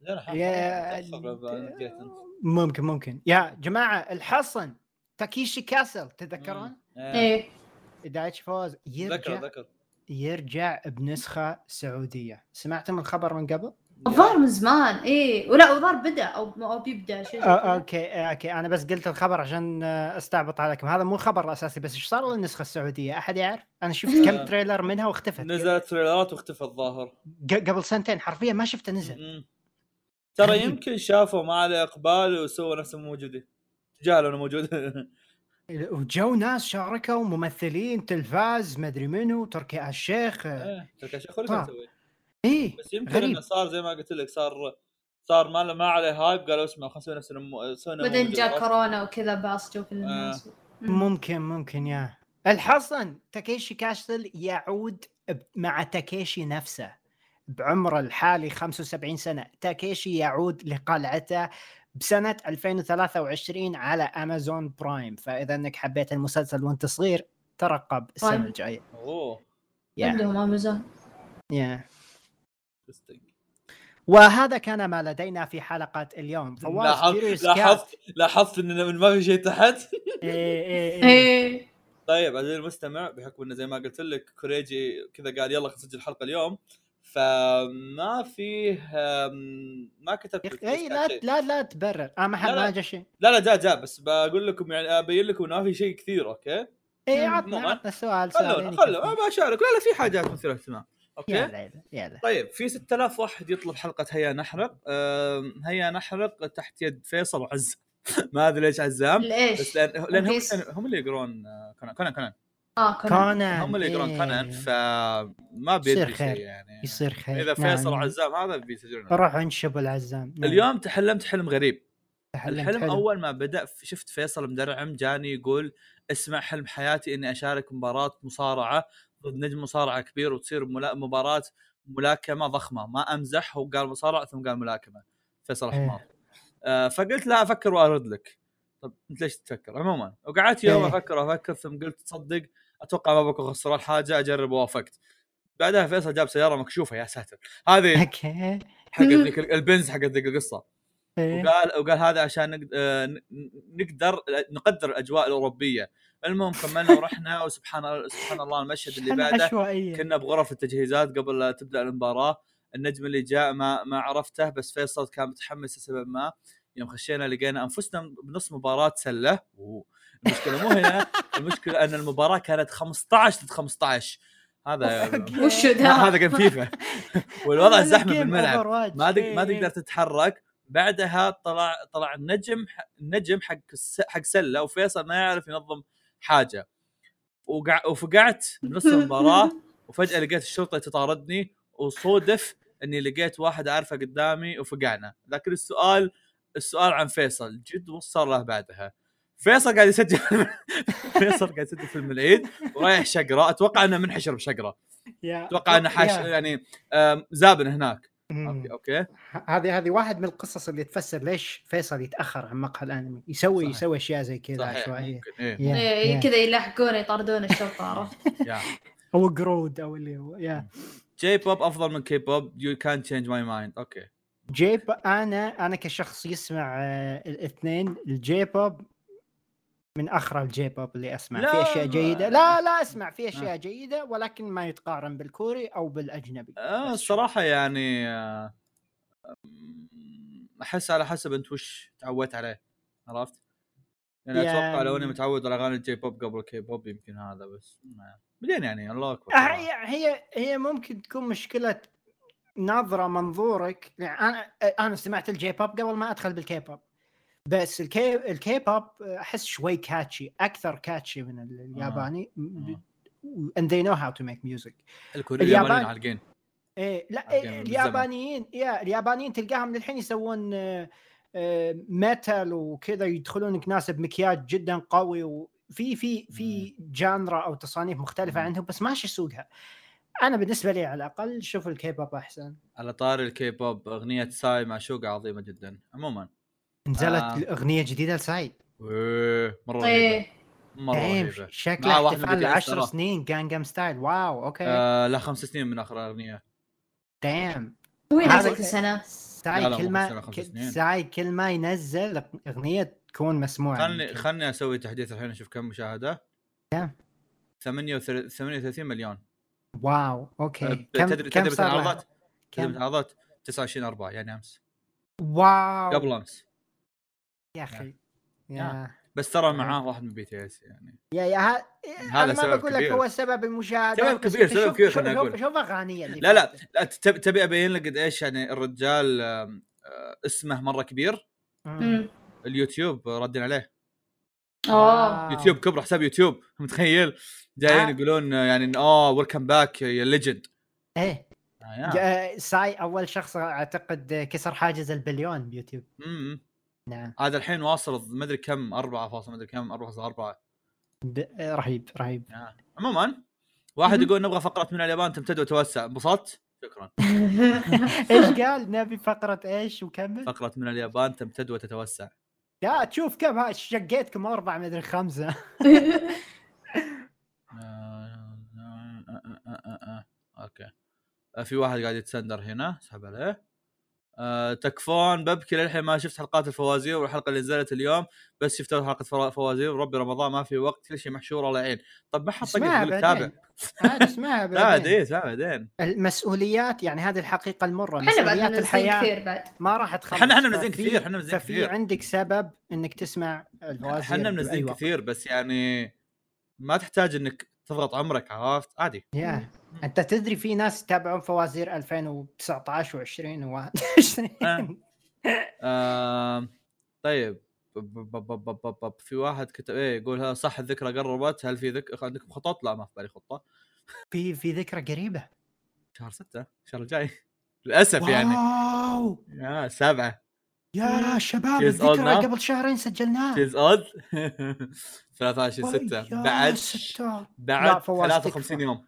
Speaker 3: بدينا حح
Speaker 1: يا-
Speaker 3: متأخر بعد- جيت أنت.
Speaker 1: ممكن ممكن يا جماعه الحصن تاكيشي كاسل تتذكرون؟
Speaker 3: إيه.
Speaker 2: ايه
Speaker 1: دايتش فوز
Speaker 3: ذكر
Speaker 1: يرجع
Speaker 3: ذكر
Speaker 1: يرجع بنسخه سعوديه سمعتم الخبر من قبل؟
Speaker 2: الظاهر من زمان ايه ولا الظاهر بدا او او بيبدا شيء زي
Speaker 1: آه،
Speaker 2: كذا.
Speaker 1: اوكي آه، اوكي انا بس قلت الخبر عشان آه، استعبط عليكم هذا مو خبر اساسي بس ايش صار للنسخه السعوديه احد يعرف انا شفت كم
Speaker 3: آه.
Speaker 1: تريلر منها واختفت
Speaker 3: نزلت تريلرات واختفى الظاهر
Speaker 1: ق- قبل سنتين حرفيا ما شفته نزل
Speaker 3: مم. ترى
Speaker 1: غريب.
Speaker 3: يمكن شافوا ما عليه اقبال وسووا نفسهم موجودين تجاهلوا انه موجود
Speaker 1: وجو ناس شاركوا ممثلين تلفاز مدري منو تركي آل الشيخ آه،
Speaker 3: إيه، ترك الشيخ هو اللي كان
Speaker 1: آه.
Speaker 3: يسوي
Speaker 1: ايه
Speaker 3: بس يمكن
Speaker 1: غريب.
Speaker 3: انه صار زي ما قلت لك صار صار ما له- ما عليه هايب قالوا اسمع خلينا نسوي نفسنا مو- نسوي إنه
Speaker 2: بعدين
Speaker 3: موجود،
Speaker 2: جاء
Speaker 3: عرفت؟
Speaker 2: كورونا وكذا باص
Speaker 3: آه.
Speaker 2: جو كل الناس
Speaker 1: ممكن ممكن يا الحصن تاكيشي كاسل يعود ب- مع تاكيشي نفسه بعمره الحالي 75 سنة تاكيشي يعود لقلعته بسنة 2023 على أمازون برايم فإذا أنك حبيت المسلسل وأنت صغير ترقب السنة
Speaker 2: برايم.
Speaker 1: الجاية
Speaker 3: اوه
Speaker 1: يا
Speaker 2: عندهم امازون
Speaker 1: يا
Speaker 3: interesting.
Speaker 1: وهذا كان ما لدينا في حلقة اليوم فواز
Speaker 3: لاحظت-
Speaker 1: Curious Cat.
Speaker 3: لاحظت لاحظت ان من ما في شيء تحت
Speaker 1: إيه، إيه، إيه.
Speaker 2: ايه
Speaker 3: طيب عزيزي المستمع بحكم انه زي ما قلت لك كوريجي كذا قال يلا خلينا نسجل الحلقه اليوم فما فيه أم، ما كتبت
Speaker 1: يا أخي،
Speaker 3: لك
Speaker 1: إيه،
Speaker 3: بس كان
Speaker 1: لا
Speaker 3: شيء.
Speaker 1: لا لا تبرر أنا ما
Speaker 3: لا، لا.
Speaker 1: ما جا شيء
Speaker 3: لا لا جاء جاء بس بقول لكم يعني ابين لكم انه ما في شيء كثير اوكي
Speaker 1: إيه
Speaker 2: مم.
Speaker 1: عطنا
Speaker 3: عموماً.
Speaker 1: عطنا سؤال سؤالين
Speaker 3: نعم. خلونا خلونا
Speaker 1: يكفون.
Speaker 3: ما بشارك لا لا في حاجات مثيره اهتمام اوكي
Speaker 1: يلا يلا يلا
Speaker 3: طيب في 6000 واحد يطلب حلقه هيا نحرق أم، هيا نحرق تحت يد فيصل وعزام ما ادري ليش عزام بس
Speaker 2: ليش؟
Speaker 3: لان لان هم
Speaker 2: وفيصل.
Speaker 3: هم اللي يقرون آه، كونان كونان كونان
Speaker 2: اه كورونا
Speaker 1: كونان
Speaker 3: هم اللي يقرون
Speaker 1: إيه.
Speaker 3: كونان فما
Speaker 1: يصير
Speaker 3: بيدري
Speaker 1: خير.
Speaker 3: شيء يعني
Speaker 1: يصير خير
Speaker 3: اذا
Speaker 1: نعم،
Speaker 3: فيصل
Speaker 1: نعم.
Speaker 3: وعزام هذا بيسجلون
Speaker 1: روحوا انشبوا العزام نعم.
Speaker 3: اليوم تحلمت حلم غريب
Speaker 1: تحلمت
Speaker 3: الحلم اول ما بدا شفت فيصل مدرعم جاني يقول اسمع حلم حياتي اني اشارك مباراه مصارعه ضد نجم مصارعه كبير وتصير ملا... مباراه ملاكمه ضخمه ما امزح هو قال مصارعه ثم قال ملاكمه فيصل
Speaker 1: إيه.
Speaker 3: حمار آه فقلت لا افكر وارد لك طب انت ليش تفكر عموما وقعدت يوم
Speaker 1: إيه.
Speaker 3: افكر افكر ثم قلت تصدق اتوقع ما بكون خسران حاجه اجرب وافقت بعدها فيصل جاب سياره مكشوفه يا ساتر هذه
Speaker 1: اوكي
Speaker 3: حق ذيك البنز حق ذيك القصه
Speaker 1: إيه.
Speaker 3: وقال وقال هذا عشان نقد- آه، ن- نقدر نقدر الاجواء الاوروبيه المهم كملنا ورحنا وسبحان سبحان الله المشهد اللي
Speaker 1: شحن
Speaker 3: بعده
Speaker 1: عشوائيه
Speaker 3: كنا بغرف التجهيزات قبل لا تبدا المباراه النجم اللي جاء ما ما عرفته بس فيصل كان متحمس لسبب ما يوم خشينا لقينا انفسنا بنص مباراه سله أوه. المشكله مو هنا المشكله ان المباراه كانت 15 ضد 15 هذا
Speaker 2: وش ذا؟
Speaker 3: هذا كان فيفا والوضع زحمه
Speaker 1: Game
Speaker 3: بالملعب
Speaker 1: Overwatch.
Speaker 3: ما دق...
Speaker 1: إيه،
Speaker 3: ما
Speaker 1: إيه.
Speaker 3: تقدر تتحرك بعدها طلع طلع النجم النجم حق الس- حق سله وفيصل ما يعرف ينظم حاجه وقع... وفقعت بنص المباراه وفجاه لقيت الشرطه تطاردني وصودف اني لقيت واحد اعرفه قدامي وفقعنا لكن السؤال السؤال عن فيصل جد وش صار له بعدها فيصل قاعد يسجل فيصل قاعد يسجل في الملعيد ورايح شقره اتوقع انه منحشر بشقره
Speaker 1: يا-
Speaker 3: اتوقع انه حاش
Speaker 1: يا.
Speaker 3: يعني آم، زابن هناك
Speaker 1: مم.
Speaker 3: اوكي اوكي
Speaker 1: هذه هذه واحد من القصص اللي تفسر ليش فيصل يتاخر عن مقهى الانمي يسوي
Speaker 3: صحيح.
Speaker 1: يسوي اشياء زي كذا
Speaker 3: صحيح
Speaker 1: عشوائيه
Speaker 3: ممكن ايه
Speaker 1: يا-
Speaker 2: إيه،
Speaker 1: يا.
Speaker 2: كذا يلحقون يطاردون الشرطه عرفت؟
Speaker 3: يا.
Speaker 1: او جرود او اللي هو يا
Speaker 3: جي بوب افضل من كي بوب يو كان تشينج ماي مايند اوكي
Speaker 1: جيب انا انا كشخص يسمع آه، الاثنين الجي بوب من اخرى الجي بوب اللي اسمع
Speaker 3: لا،
Speaker 1: في اشياء
Speaker 3: ما- آه.
Speaker 1: جيده لا لا اسمع في اشياء جيده ولكن ما يتقارن بالكوري او بالاجنبي
Speaker 3: آه
Speaker 1: بس.
Speaker 3: الصراحه يعني آه، أم، احس على حسب انت وش تعودت عليه عرفت؟ يعني اتوقع
Speaker 1: يعني-
Speaker 3: لو اني متعود على اغاني الجي بوب قبل الكي بوب يمكن هذا بس ما- بعدين يعني الله اكبر
Speaker 1: آه، هي هي هي ممكن تكون مشكله نظره منظورك يعني انا انا سمعت الجي بوب قبل ما ادخل بالكي بوب بس الكي الكي بوب احس شوي كاتشي اكثر كاتشي من ال- الياباني
Speaker 3: آه.
Speaker 1: and they know how to make music
Speaker 3: الكوريين
Speaker 1: اليابان-
Speaker 3: اليابانيين عالقين
Speaker 1: ايه لا
Speaker 3: عارفين
Speaker 1: إيه
Speaker 3: من
Speaker 1: اليابانيين يا اليابانيين تلقاهم للحين يسوون آه، آه، ميتال وكذا يدخلونك ناس بمكياج جدا قوي وفي في في جانرا او تصانيف مختلفه
Speaker 3: مم.
Speaker 1: عندهم بس ماشي سوقها انا بالنسبه لي على الاقل شوف الكيبوب احسن
Speaker 3: على طاري الكي بوب اغنيه ساي معشوقه عظيمه جدا عموما
Speaker 1: نزلت
Speaker 3: آه.
Speaker 1: اغنيه جديده لسعيد
Speaker 3: إيه، مره رهيبه
Speaker 2: ايه
Speaker 3: مره
Speaker 1: طيب.
Speaker 3: رهيبه مع
Speaker 1: شكلها
Speaker 3: واحد من
Speaker 1: احتفال
Speaker 3: BTS
Speaker 1: 10
Speaker 3: ترى.
Speaker 1: سنين جانجام ستايل واو اوكي
Speaker 3: آه لا خمس سنين من اخر اغنيه
Speaker 1: دام
Speaker 2: وين
Speaker 1: هذا
Speaker 2: نزلت
Speaker 1: كده.
Speaker 2: السنه؟
Speaker 1: ساي
Speaker 3: لا لا، مو
Speaker 1: كل
Speaker 3: خمس سنين،
Speaker 1: ما
Speaker 3: خمس
Speaker 1: ك-
Speaker 3: سنين.
Speaker 1: ساي كل ما ينزل اغنيه تكون مسموعه
Speaker 3: خلني خلني اسوي تحديث الحين اشوف كم مشاهده
Speaker 1: كم؟
Speaker 3: 38 38 مليون
Speaker 1: واو اوكي
Speaker 3: أه، تدري تدري متى
Speaker 1: لها؟
Speaker 3: عرضت؟ تدري متى
Speaker 1: كم
Speaker 3: عرضت 29 4 يعني امس
Speaker 1: واو
Speaker 3: قبل آه. امس
Speaker 1: يا اخي
Speaker 3: يا.
Speaker 1: يا
Speaker 3: بس ترى معاه واحد من بي تي اس يعني
Speaker 1: يا يا ه-
Speaker 3: هذا
Speaker 1: انا ما
Speaker 3: سبب
Speaker 1: بقول لك
Speaker 3: كبير.
Speaker 1: هو سبب المشاهدات
Speaker 3: سبب
Speaker 1: بس
Speaker 3: كبير،
Speaker 1: أنت
Speaker 3: سبب
Speaker 1: شوف-
Speaker 3: كبير
Speaker 1: شوف-
Speaker 3: خليني
Speaker 1: شوف-
Speaker 3: أقول.
Speaker 1: شوف اغانيه اللي
Speaker 3: لا، لا،
Speaker 1: فاتت.
Speaker 3: لا تب- تبي ابين لك قد ايش يعني الرجال آم، آه، اسمه مره كبير
Speaker 1: مم.
Speaker 2: مم.
Speaker 3: اليوتيوب ردين عليه
Speaker 2: اوه
Speaker 1: واو.
Speaker 3: يوتيوب كبر حساب يوتيوب متخيل جايين
Speaker 1: آه.
Speaker 3: يقولون آه، يعني إن، اوه ويلكم باك يا ليجند
Speaker 1: ايه
Speaker 3: آه.
Speaker 1: جا- ساي اول شخص اعتقد كسر حاجز البليون بيوتيوب نعم
Speaker 3: هذا الحين واصل ما ادري كم 4 فاصل ما ادري كم 4.4
Speaker 1: د- رهيب رهيب
Speaker 3: آه. عموما واحد
Speaker 2: مهم.
Speaker 3: يقول نبغى فقره من اليابان تمتد وتوسع انبسطت شكرا
Speaker 1: ايش قال نبي فقره ايش وكمل
Speaker 3: فقره من اليابان تمتد وتتوسع
Speaker 1: لا تشوف كم ها- شقيتكم اربع مدري خمسه
Speaker 3: آه، آه، آه، آه، آه، آه. اوكي آه، في واحد قاعد يتسندر هنا اسحب عليه أه تكفون ببكي للحين ما شفت حلقات الفوازير والحلقه اللي نزلت اليوم بس شفت أول حلقه فرا- فوازير وربي رمضان ما في وقت كل شيء محشور الله يعين طب ما حط
Speaker 1: اسمعها
Speaker 3: حطك تابع
Speaker 1: بعدين عاد اسمعها
Speaker 3: بعد
Speaker 1: بعدين
Speaker 3: ايه بعدين
Speaker 1: المسؤوليات يعني هذه الحقيقه المره
Speaker 2: احنا بعد
Speaker 1: مسؤوليات
Speaker 2: ننزل
Speaker 1: الحياه
Speaker 2: كثير بعد
Speaker 1: ما راح تخلص
Speaker 3: احنا احنا منزلين
Speaker 1: ففي-
Speaker 3: كثير احنا منزلين
Speaker 1: ففي
Speaker 3: كثير
Speaker 1: عندك سبب انك تسمع الفوازير أيوة.
Speaker 3: احنا
Speaker 1: بأي
Speaker 3: منزلين
Speaker 1: وقت.
Speaker 3: كثير بس يعني ما تحتاج انك تضغط عمرك عرفت عادي
Speaker 1: يا انت تدري في ناس يتابعون فوازير 2019 و20
Speaker 3: آه.
Speaker 1: و21
Speaker 3: آم، طيب ب- ب- ب- ب- ب- ب- في واحد كتب ايه يقول ها صح الذكرى قربت هل في ذك... عندكم خطط؟ لا ما في بالي خطه
Speaker 1: في في ذكرى قريبه
Speaker 3: شهر ستة الشهر الجاي للاسف يعني
Speaker 1: واو
Speaker 3: يا سبعة
Speaker 1: يا شباب
Speaker 3: She is old
Speaker 1: الذكرى
Speaker 3: now.
Speaker 1: قبل شهرين سجلناها
Speaker 3: شيز اود 23 6
Speaker 1: يا
Speaker 3: بعد
Speaker 1: ستة. Oh لا،
Speaker 3: بعد
Speaker 1: فواز
Speaker 3: 53
Speaker 1: تكفى.
Speaker 3: يوم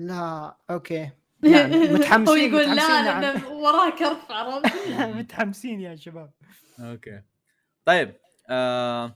Speaker 1: لا اوكي يعني متحمسين
Speaker 2: هو يقول
Speaker 1: متحمسين،
Speaker 2: لا
Speaker 1: نعم.
Speaker 2: لان وراه كرف عرفت
Speaker 1: متحمسين يا شباب
Speaker 3: اوكي طيب آه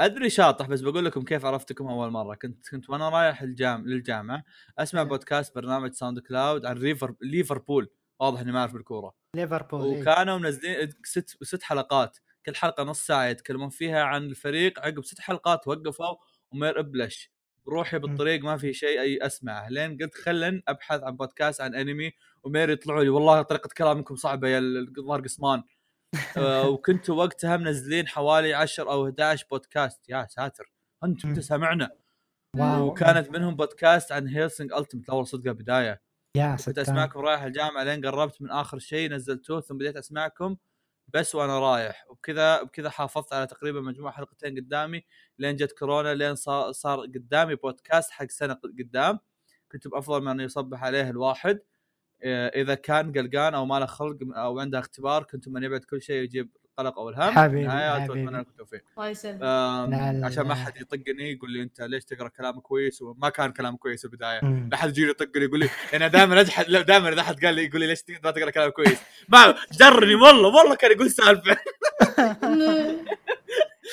Speaker 3: ادري شاطح بس بقول لكم كيف عرفتكم اول مره كنت كنت وانا رايح الجام للجامعه اسمع بودكاست برنامج ساوند كلاود عن ريفر ليفربول واضح اني ما اعرف بالكوره
Speaker 1: ليفربول إيه.
Speaker 3: وكانوا منزلين ست ست حلقات كل حلقه نص ساعه يتكلمون فيها عن الفريق عقب ست حلقات وقفوا ومير ابلش روحي بالطريق ما في شيء اي اسمعه لين قلت خلن ابحث عن بودكاست عن انمي ومير يطلعوا لي والله طريقه كلامكم صعبه يا الظاهر قسمان آه، وكنتوا وقتها منزلين حوالي 10 او 11 بودكاست يا ساتر انتم
Speaker 1: مم.
Speaker 3: تسمعنا
Speaker 1: واو
Speaker 3: وكانت منهم بودكاست عن هيلسنج التمت اول صدقه بدايه
Speaker 1: يا
Speaker 3: كنت
Speaker 1: ستان
Speaker 3: اسمعكم رايح الجامعه لين قربت من اخر شيء نزلتوه ثم بديت اسمعكم بس وانا رايح وبكذا بكذا حافظت على تقريبا مجموع حلقتين قدامي لين جت كورونا لين صار, صار قدامي بودكاست حق سنه قدام كنت بافضل ما انه يصبح عليه الواحد إيه، اذا كان قلقان او ما له خلق او عنده اختبار كنت من يبعد كل شيء يجيب القلق او الهم
Speaker 1: حبيبي،
Speaker 3: نهاية،
Speaker 1: حبيبي.
Speaker 3: واتمنى لكم التوفيق
Speaker 2: الله يسلمك
Speaker 3: آم،
Speaker 1: لا، لا،
Speaker 3: عشان ما
Speaker 1: لا.
Speaker 3: حد يطقني يقول لي انت ليش تقرا كلام كويس وما كان كلام كويس البدايه
Speaker 1: مم.
Speaker 3: لا حد يجيني يطقني يقول لي انا دائما اجحد لا دائما اذا احد قال لي يقول لي ليش تقدر ما تقرا كلام كويس ما جرني والله والله كان يقول سالفه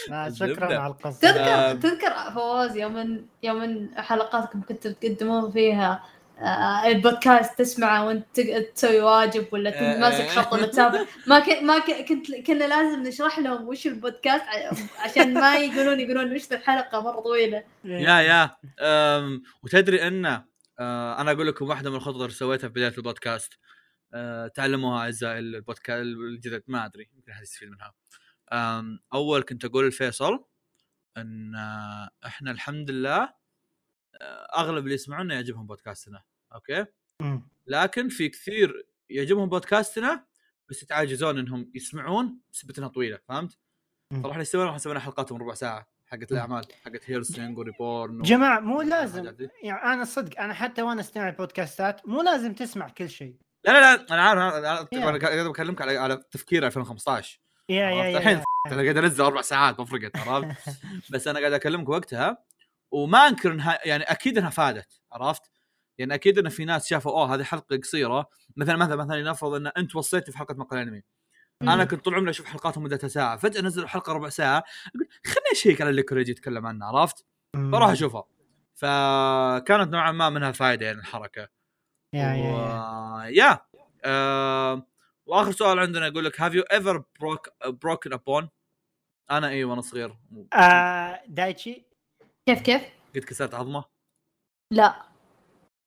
Speaker 1: لا،
Speaker 3: الزبدة.
Speaker 1: شكرا على القصه
Speaker 3: آه.
Speaker 2: تذكر تذكر فواز يوم يوم حلقاتكم كنتوا تقدمون فيها آه، البودكاست تسمعه وانت تق- تسوي واجب ولا
Speaker 4: إيه.
Speaker 3: آه،
Speaker 2: كنت ماسك خط ولا تسافر ما كنت ما ك- كنت كنا لازم نشرح لهم وش البودكاست ع- عشان ما يقولون يقولون وش ذا الحلقه مره طويله
Speaker 3: يا يا أم وتدري ان آه، انا اقول لكم واحده من الخطط اللي سويتها في بدايه البودكاست آه، تعلموها اعزائي البودكاست الجدد ما ادري يمكن احد يستفيد منها أم، اول كنت اقول لفيصل ان آه، احنا الحمد لله آه، اغلب اللي يسمعونا يعجبهم بودكاستنا اوكي
Speaker 1: مم.
Speaker 3: لكن في كثير يعجبهم بودكاستنا بس يتعاجزون انهم يسمعون بسبب انها طويله فهمت؟
Speaker 1: مم.
Speaker 3: فراح نسوي راح نسوي لنا حلقاتهم ربع ساعه حقت الاعمال حقت هيرسنج وريبورن و-
Speaker 1: جماعه مو لازم
Speaker 3: لا
Speaker 1: يعني انا صدق انا حتى وانا استمع البودكاستات مو لازم تسمع كل شيء
Speaker 3: لا لا انا عارف أنا- انا
Speaker 1: يا.
Speaker 3: أنا قاعد بكلمك على على تفكير 2015
Speaker 1: يا يا
Speaker 3: عرفت؟
Speaker 1: يا
Speaker 3: الحين
Speaker 1: يا.
Speaker 3: انا قاعد انزل اربع ساعات ما فرقت عرفت؟ بس انا قاعد اكلمك وقتها وما انكر انها يعني اكيد انها فادت عرفت؟ يعني اكيد ان في ناس شافوا اوه هذه حلقه قصيره مثلا مثلا مثلا لنفرض ان انت وصيتي في حلقه مقال انمي انا كنت طول عمري اشوف حلقاتهم مدتها ساعه فجاه نزلوا حلقه ربع ساعه اقول خليني اشيك على اللي كوريجي يتكلم عنه عرفت؟
Speaker 1: مم.
Speaker 3: فراح اشوفها فكانت نوعا ما منها فائده يعني الحركه
Speaker 1: يا يا يا
Speaker 3: و... يا آه... واخر سؤال عندنا يقول لك هاف يو ايفر بروك بروكن ابون انا اي وانا إيه، صغير
Speaker 1: آه، دايتشي
Speaker 2: كيف كيف؟
Speaker 3: قد كسرت عظمه
Speaker 2: لا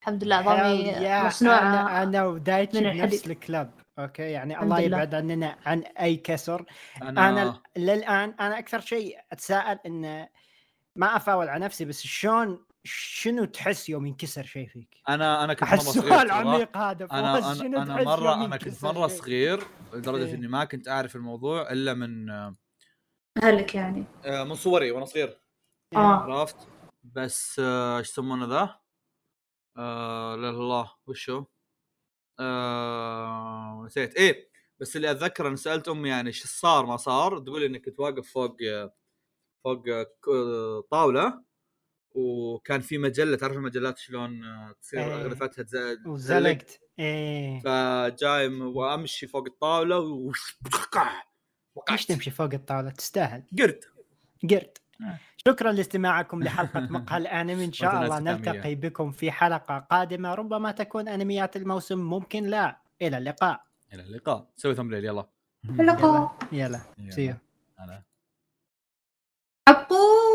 Speaker 2: الحمد لله ضمي
Speaker 1: Hell yeah. انا
Speaker 2: مصنوعه
Speaker 1: انا ودايتشي
Speaker 2: من
Speaker 1: بنفس
Speaker 2: الحديد.
Speaker 1: الكلب اوكي يعني
Speaker 2: الحمد
Speaker 1: الله
Speaker 2: لله.
Speaker 1: يبعد عننا عن اي كسر
Speaker 3: انا,
Speaker 1: انا للان انا اكثر شيء اتساءل انه ما افاول على نفسي بس شلون شنو تحس يوم ينكسر شيء فيك؟
Speaker 3: انا انا كنت مره
Speaker 1: احس
Speaker 3: صغير
Speaker 1: سؤال
Speaker 3: ترى.
Speaker 1: عميق هذا فواز،
Speaker 3: انا
Speaker 1: شنو
Speaker 3: انا انا
Speaker 1: تحس يوم
Speaker 3: مره انا كنت
Speaker 1: ينكسر
Speaker 3: مره
Speaker 1: شيء؟
Speaker 3: صغير لدرجه
Speaker 1: إيه.
Speaker 3: اني ما كنت اعرف الموضوع الا من آه،
Speaker 2: اهلك يعني
Speaker 3: من صوري وانا صغير
Speaker 1: آه،
Speaker 2: اه
Speaker 3: عرفت بس آه، ايش يسمونه ذا؟ آه لا إله إلا الله وشو؟ آه نسيت ايه بس اللي اتذكر انا سالت امي يعني ايش صار ما صار تقول اني كنت واقف فوق آه، فوق آه، ك- آه، طاوله وكان في مجله تعرف المجلات شلون آه، تصير
Speaker 1: إيه.
Speaker 3: غرفتها تز- تزلق
Speaker 1: وزلقت ايه
Speaker 3: فجاي م- وامشي فوق الطاوله وش-
Speaker 1: ليش
Speaker 3: وقعت
Speaker 1: تمشي فوق الطاوله تستاهل
Speaker 3: قرد
Speaker 1: قرد
Speaker 3: آه.
Speaker 1: شكرا لاستماعكم لحلقة مقهى الأنمي إن شاء الله
Speaker 3: متناسقة مية.
Speaker 1: نلتقي بكم في حلقة قادمة ربما تكون أنميات الموسم ممكن لا إلى اللقاء
Speaker 3: الى اللقاء سوي ثمبليل يلا
Speaker 2: اللقاء
Speaker 1: يلا سيو
Speaker 3: يلا. أنا.
Speaker 2: عبقو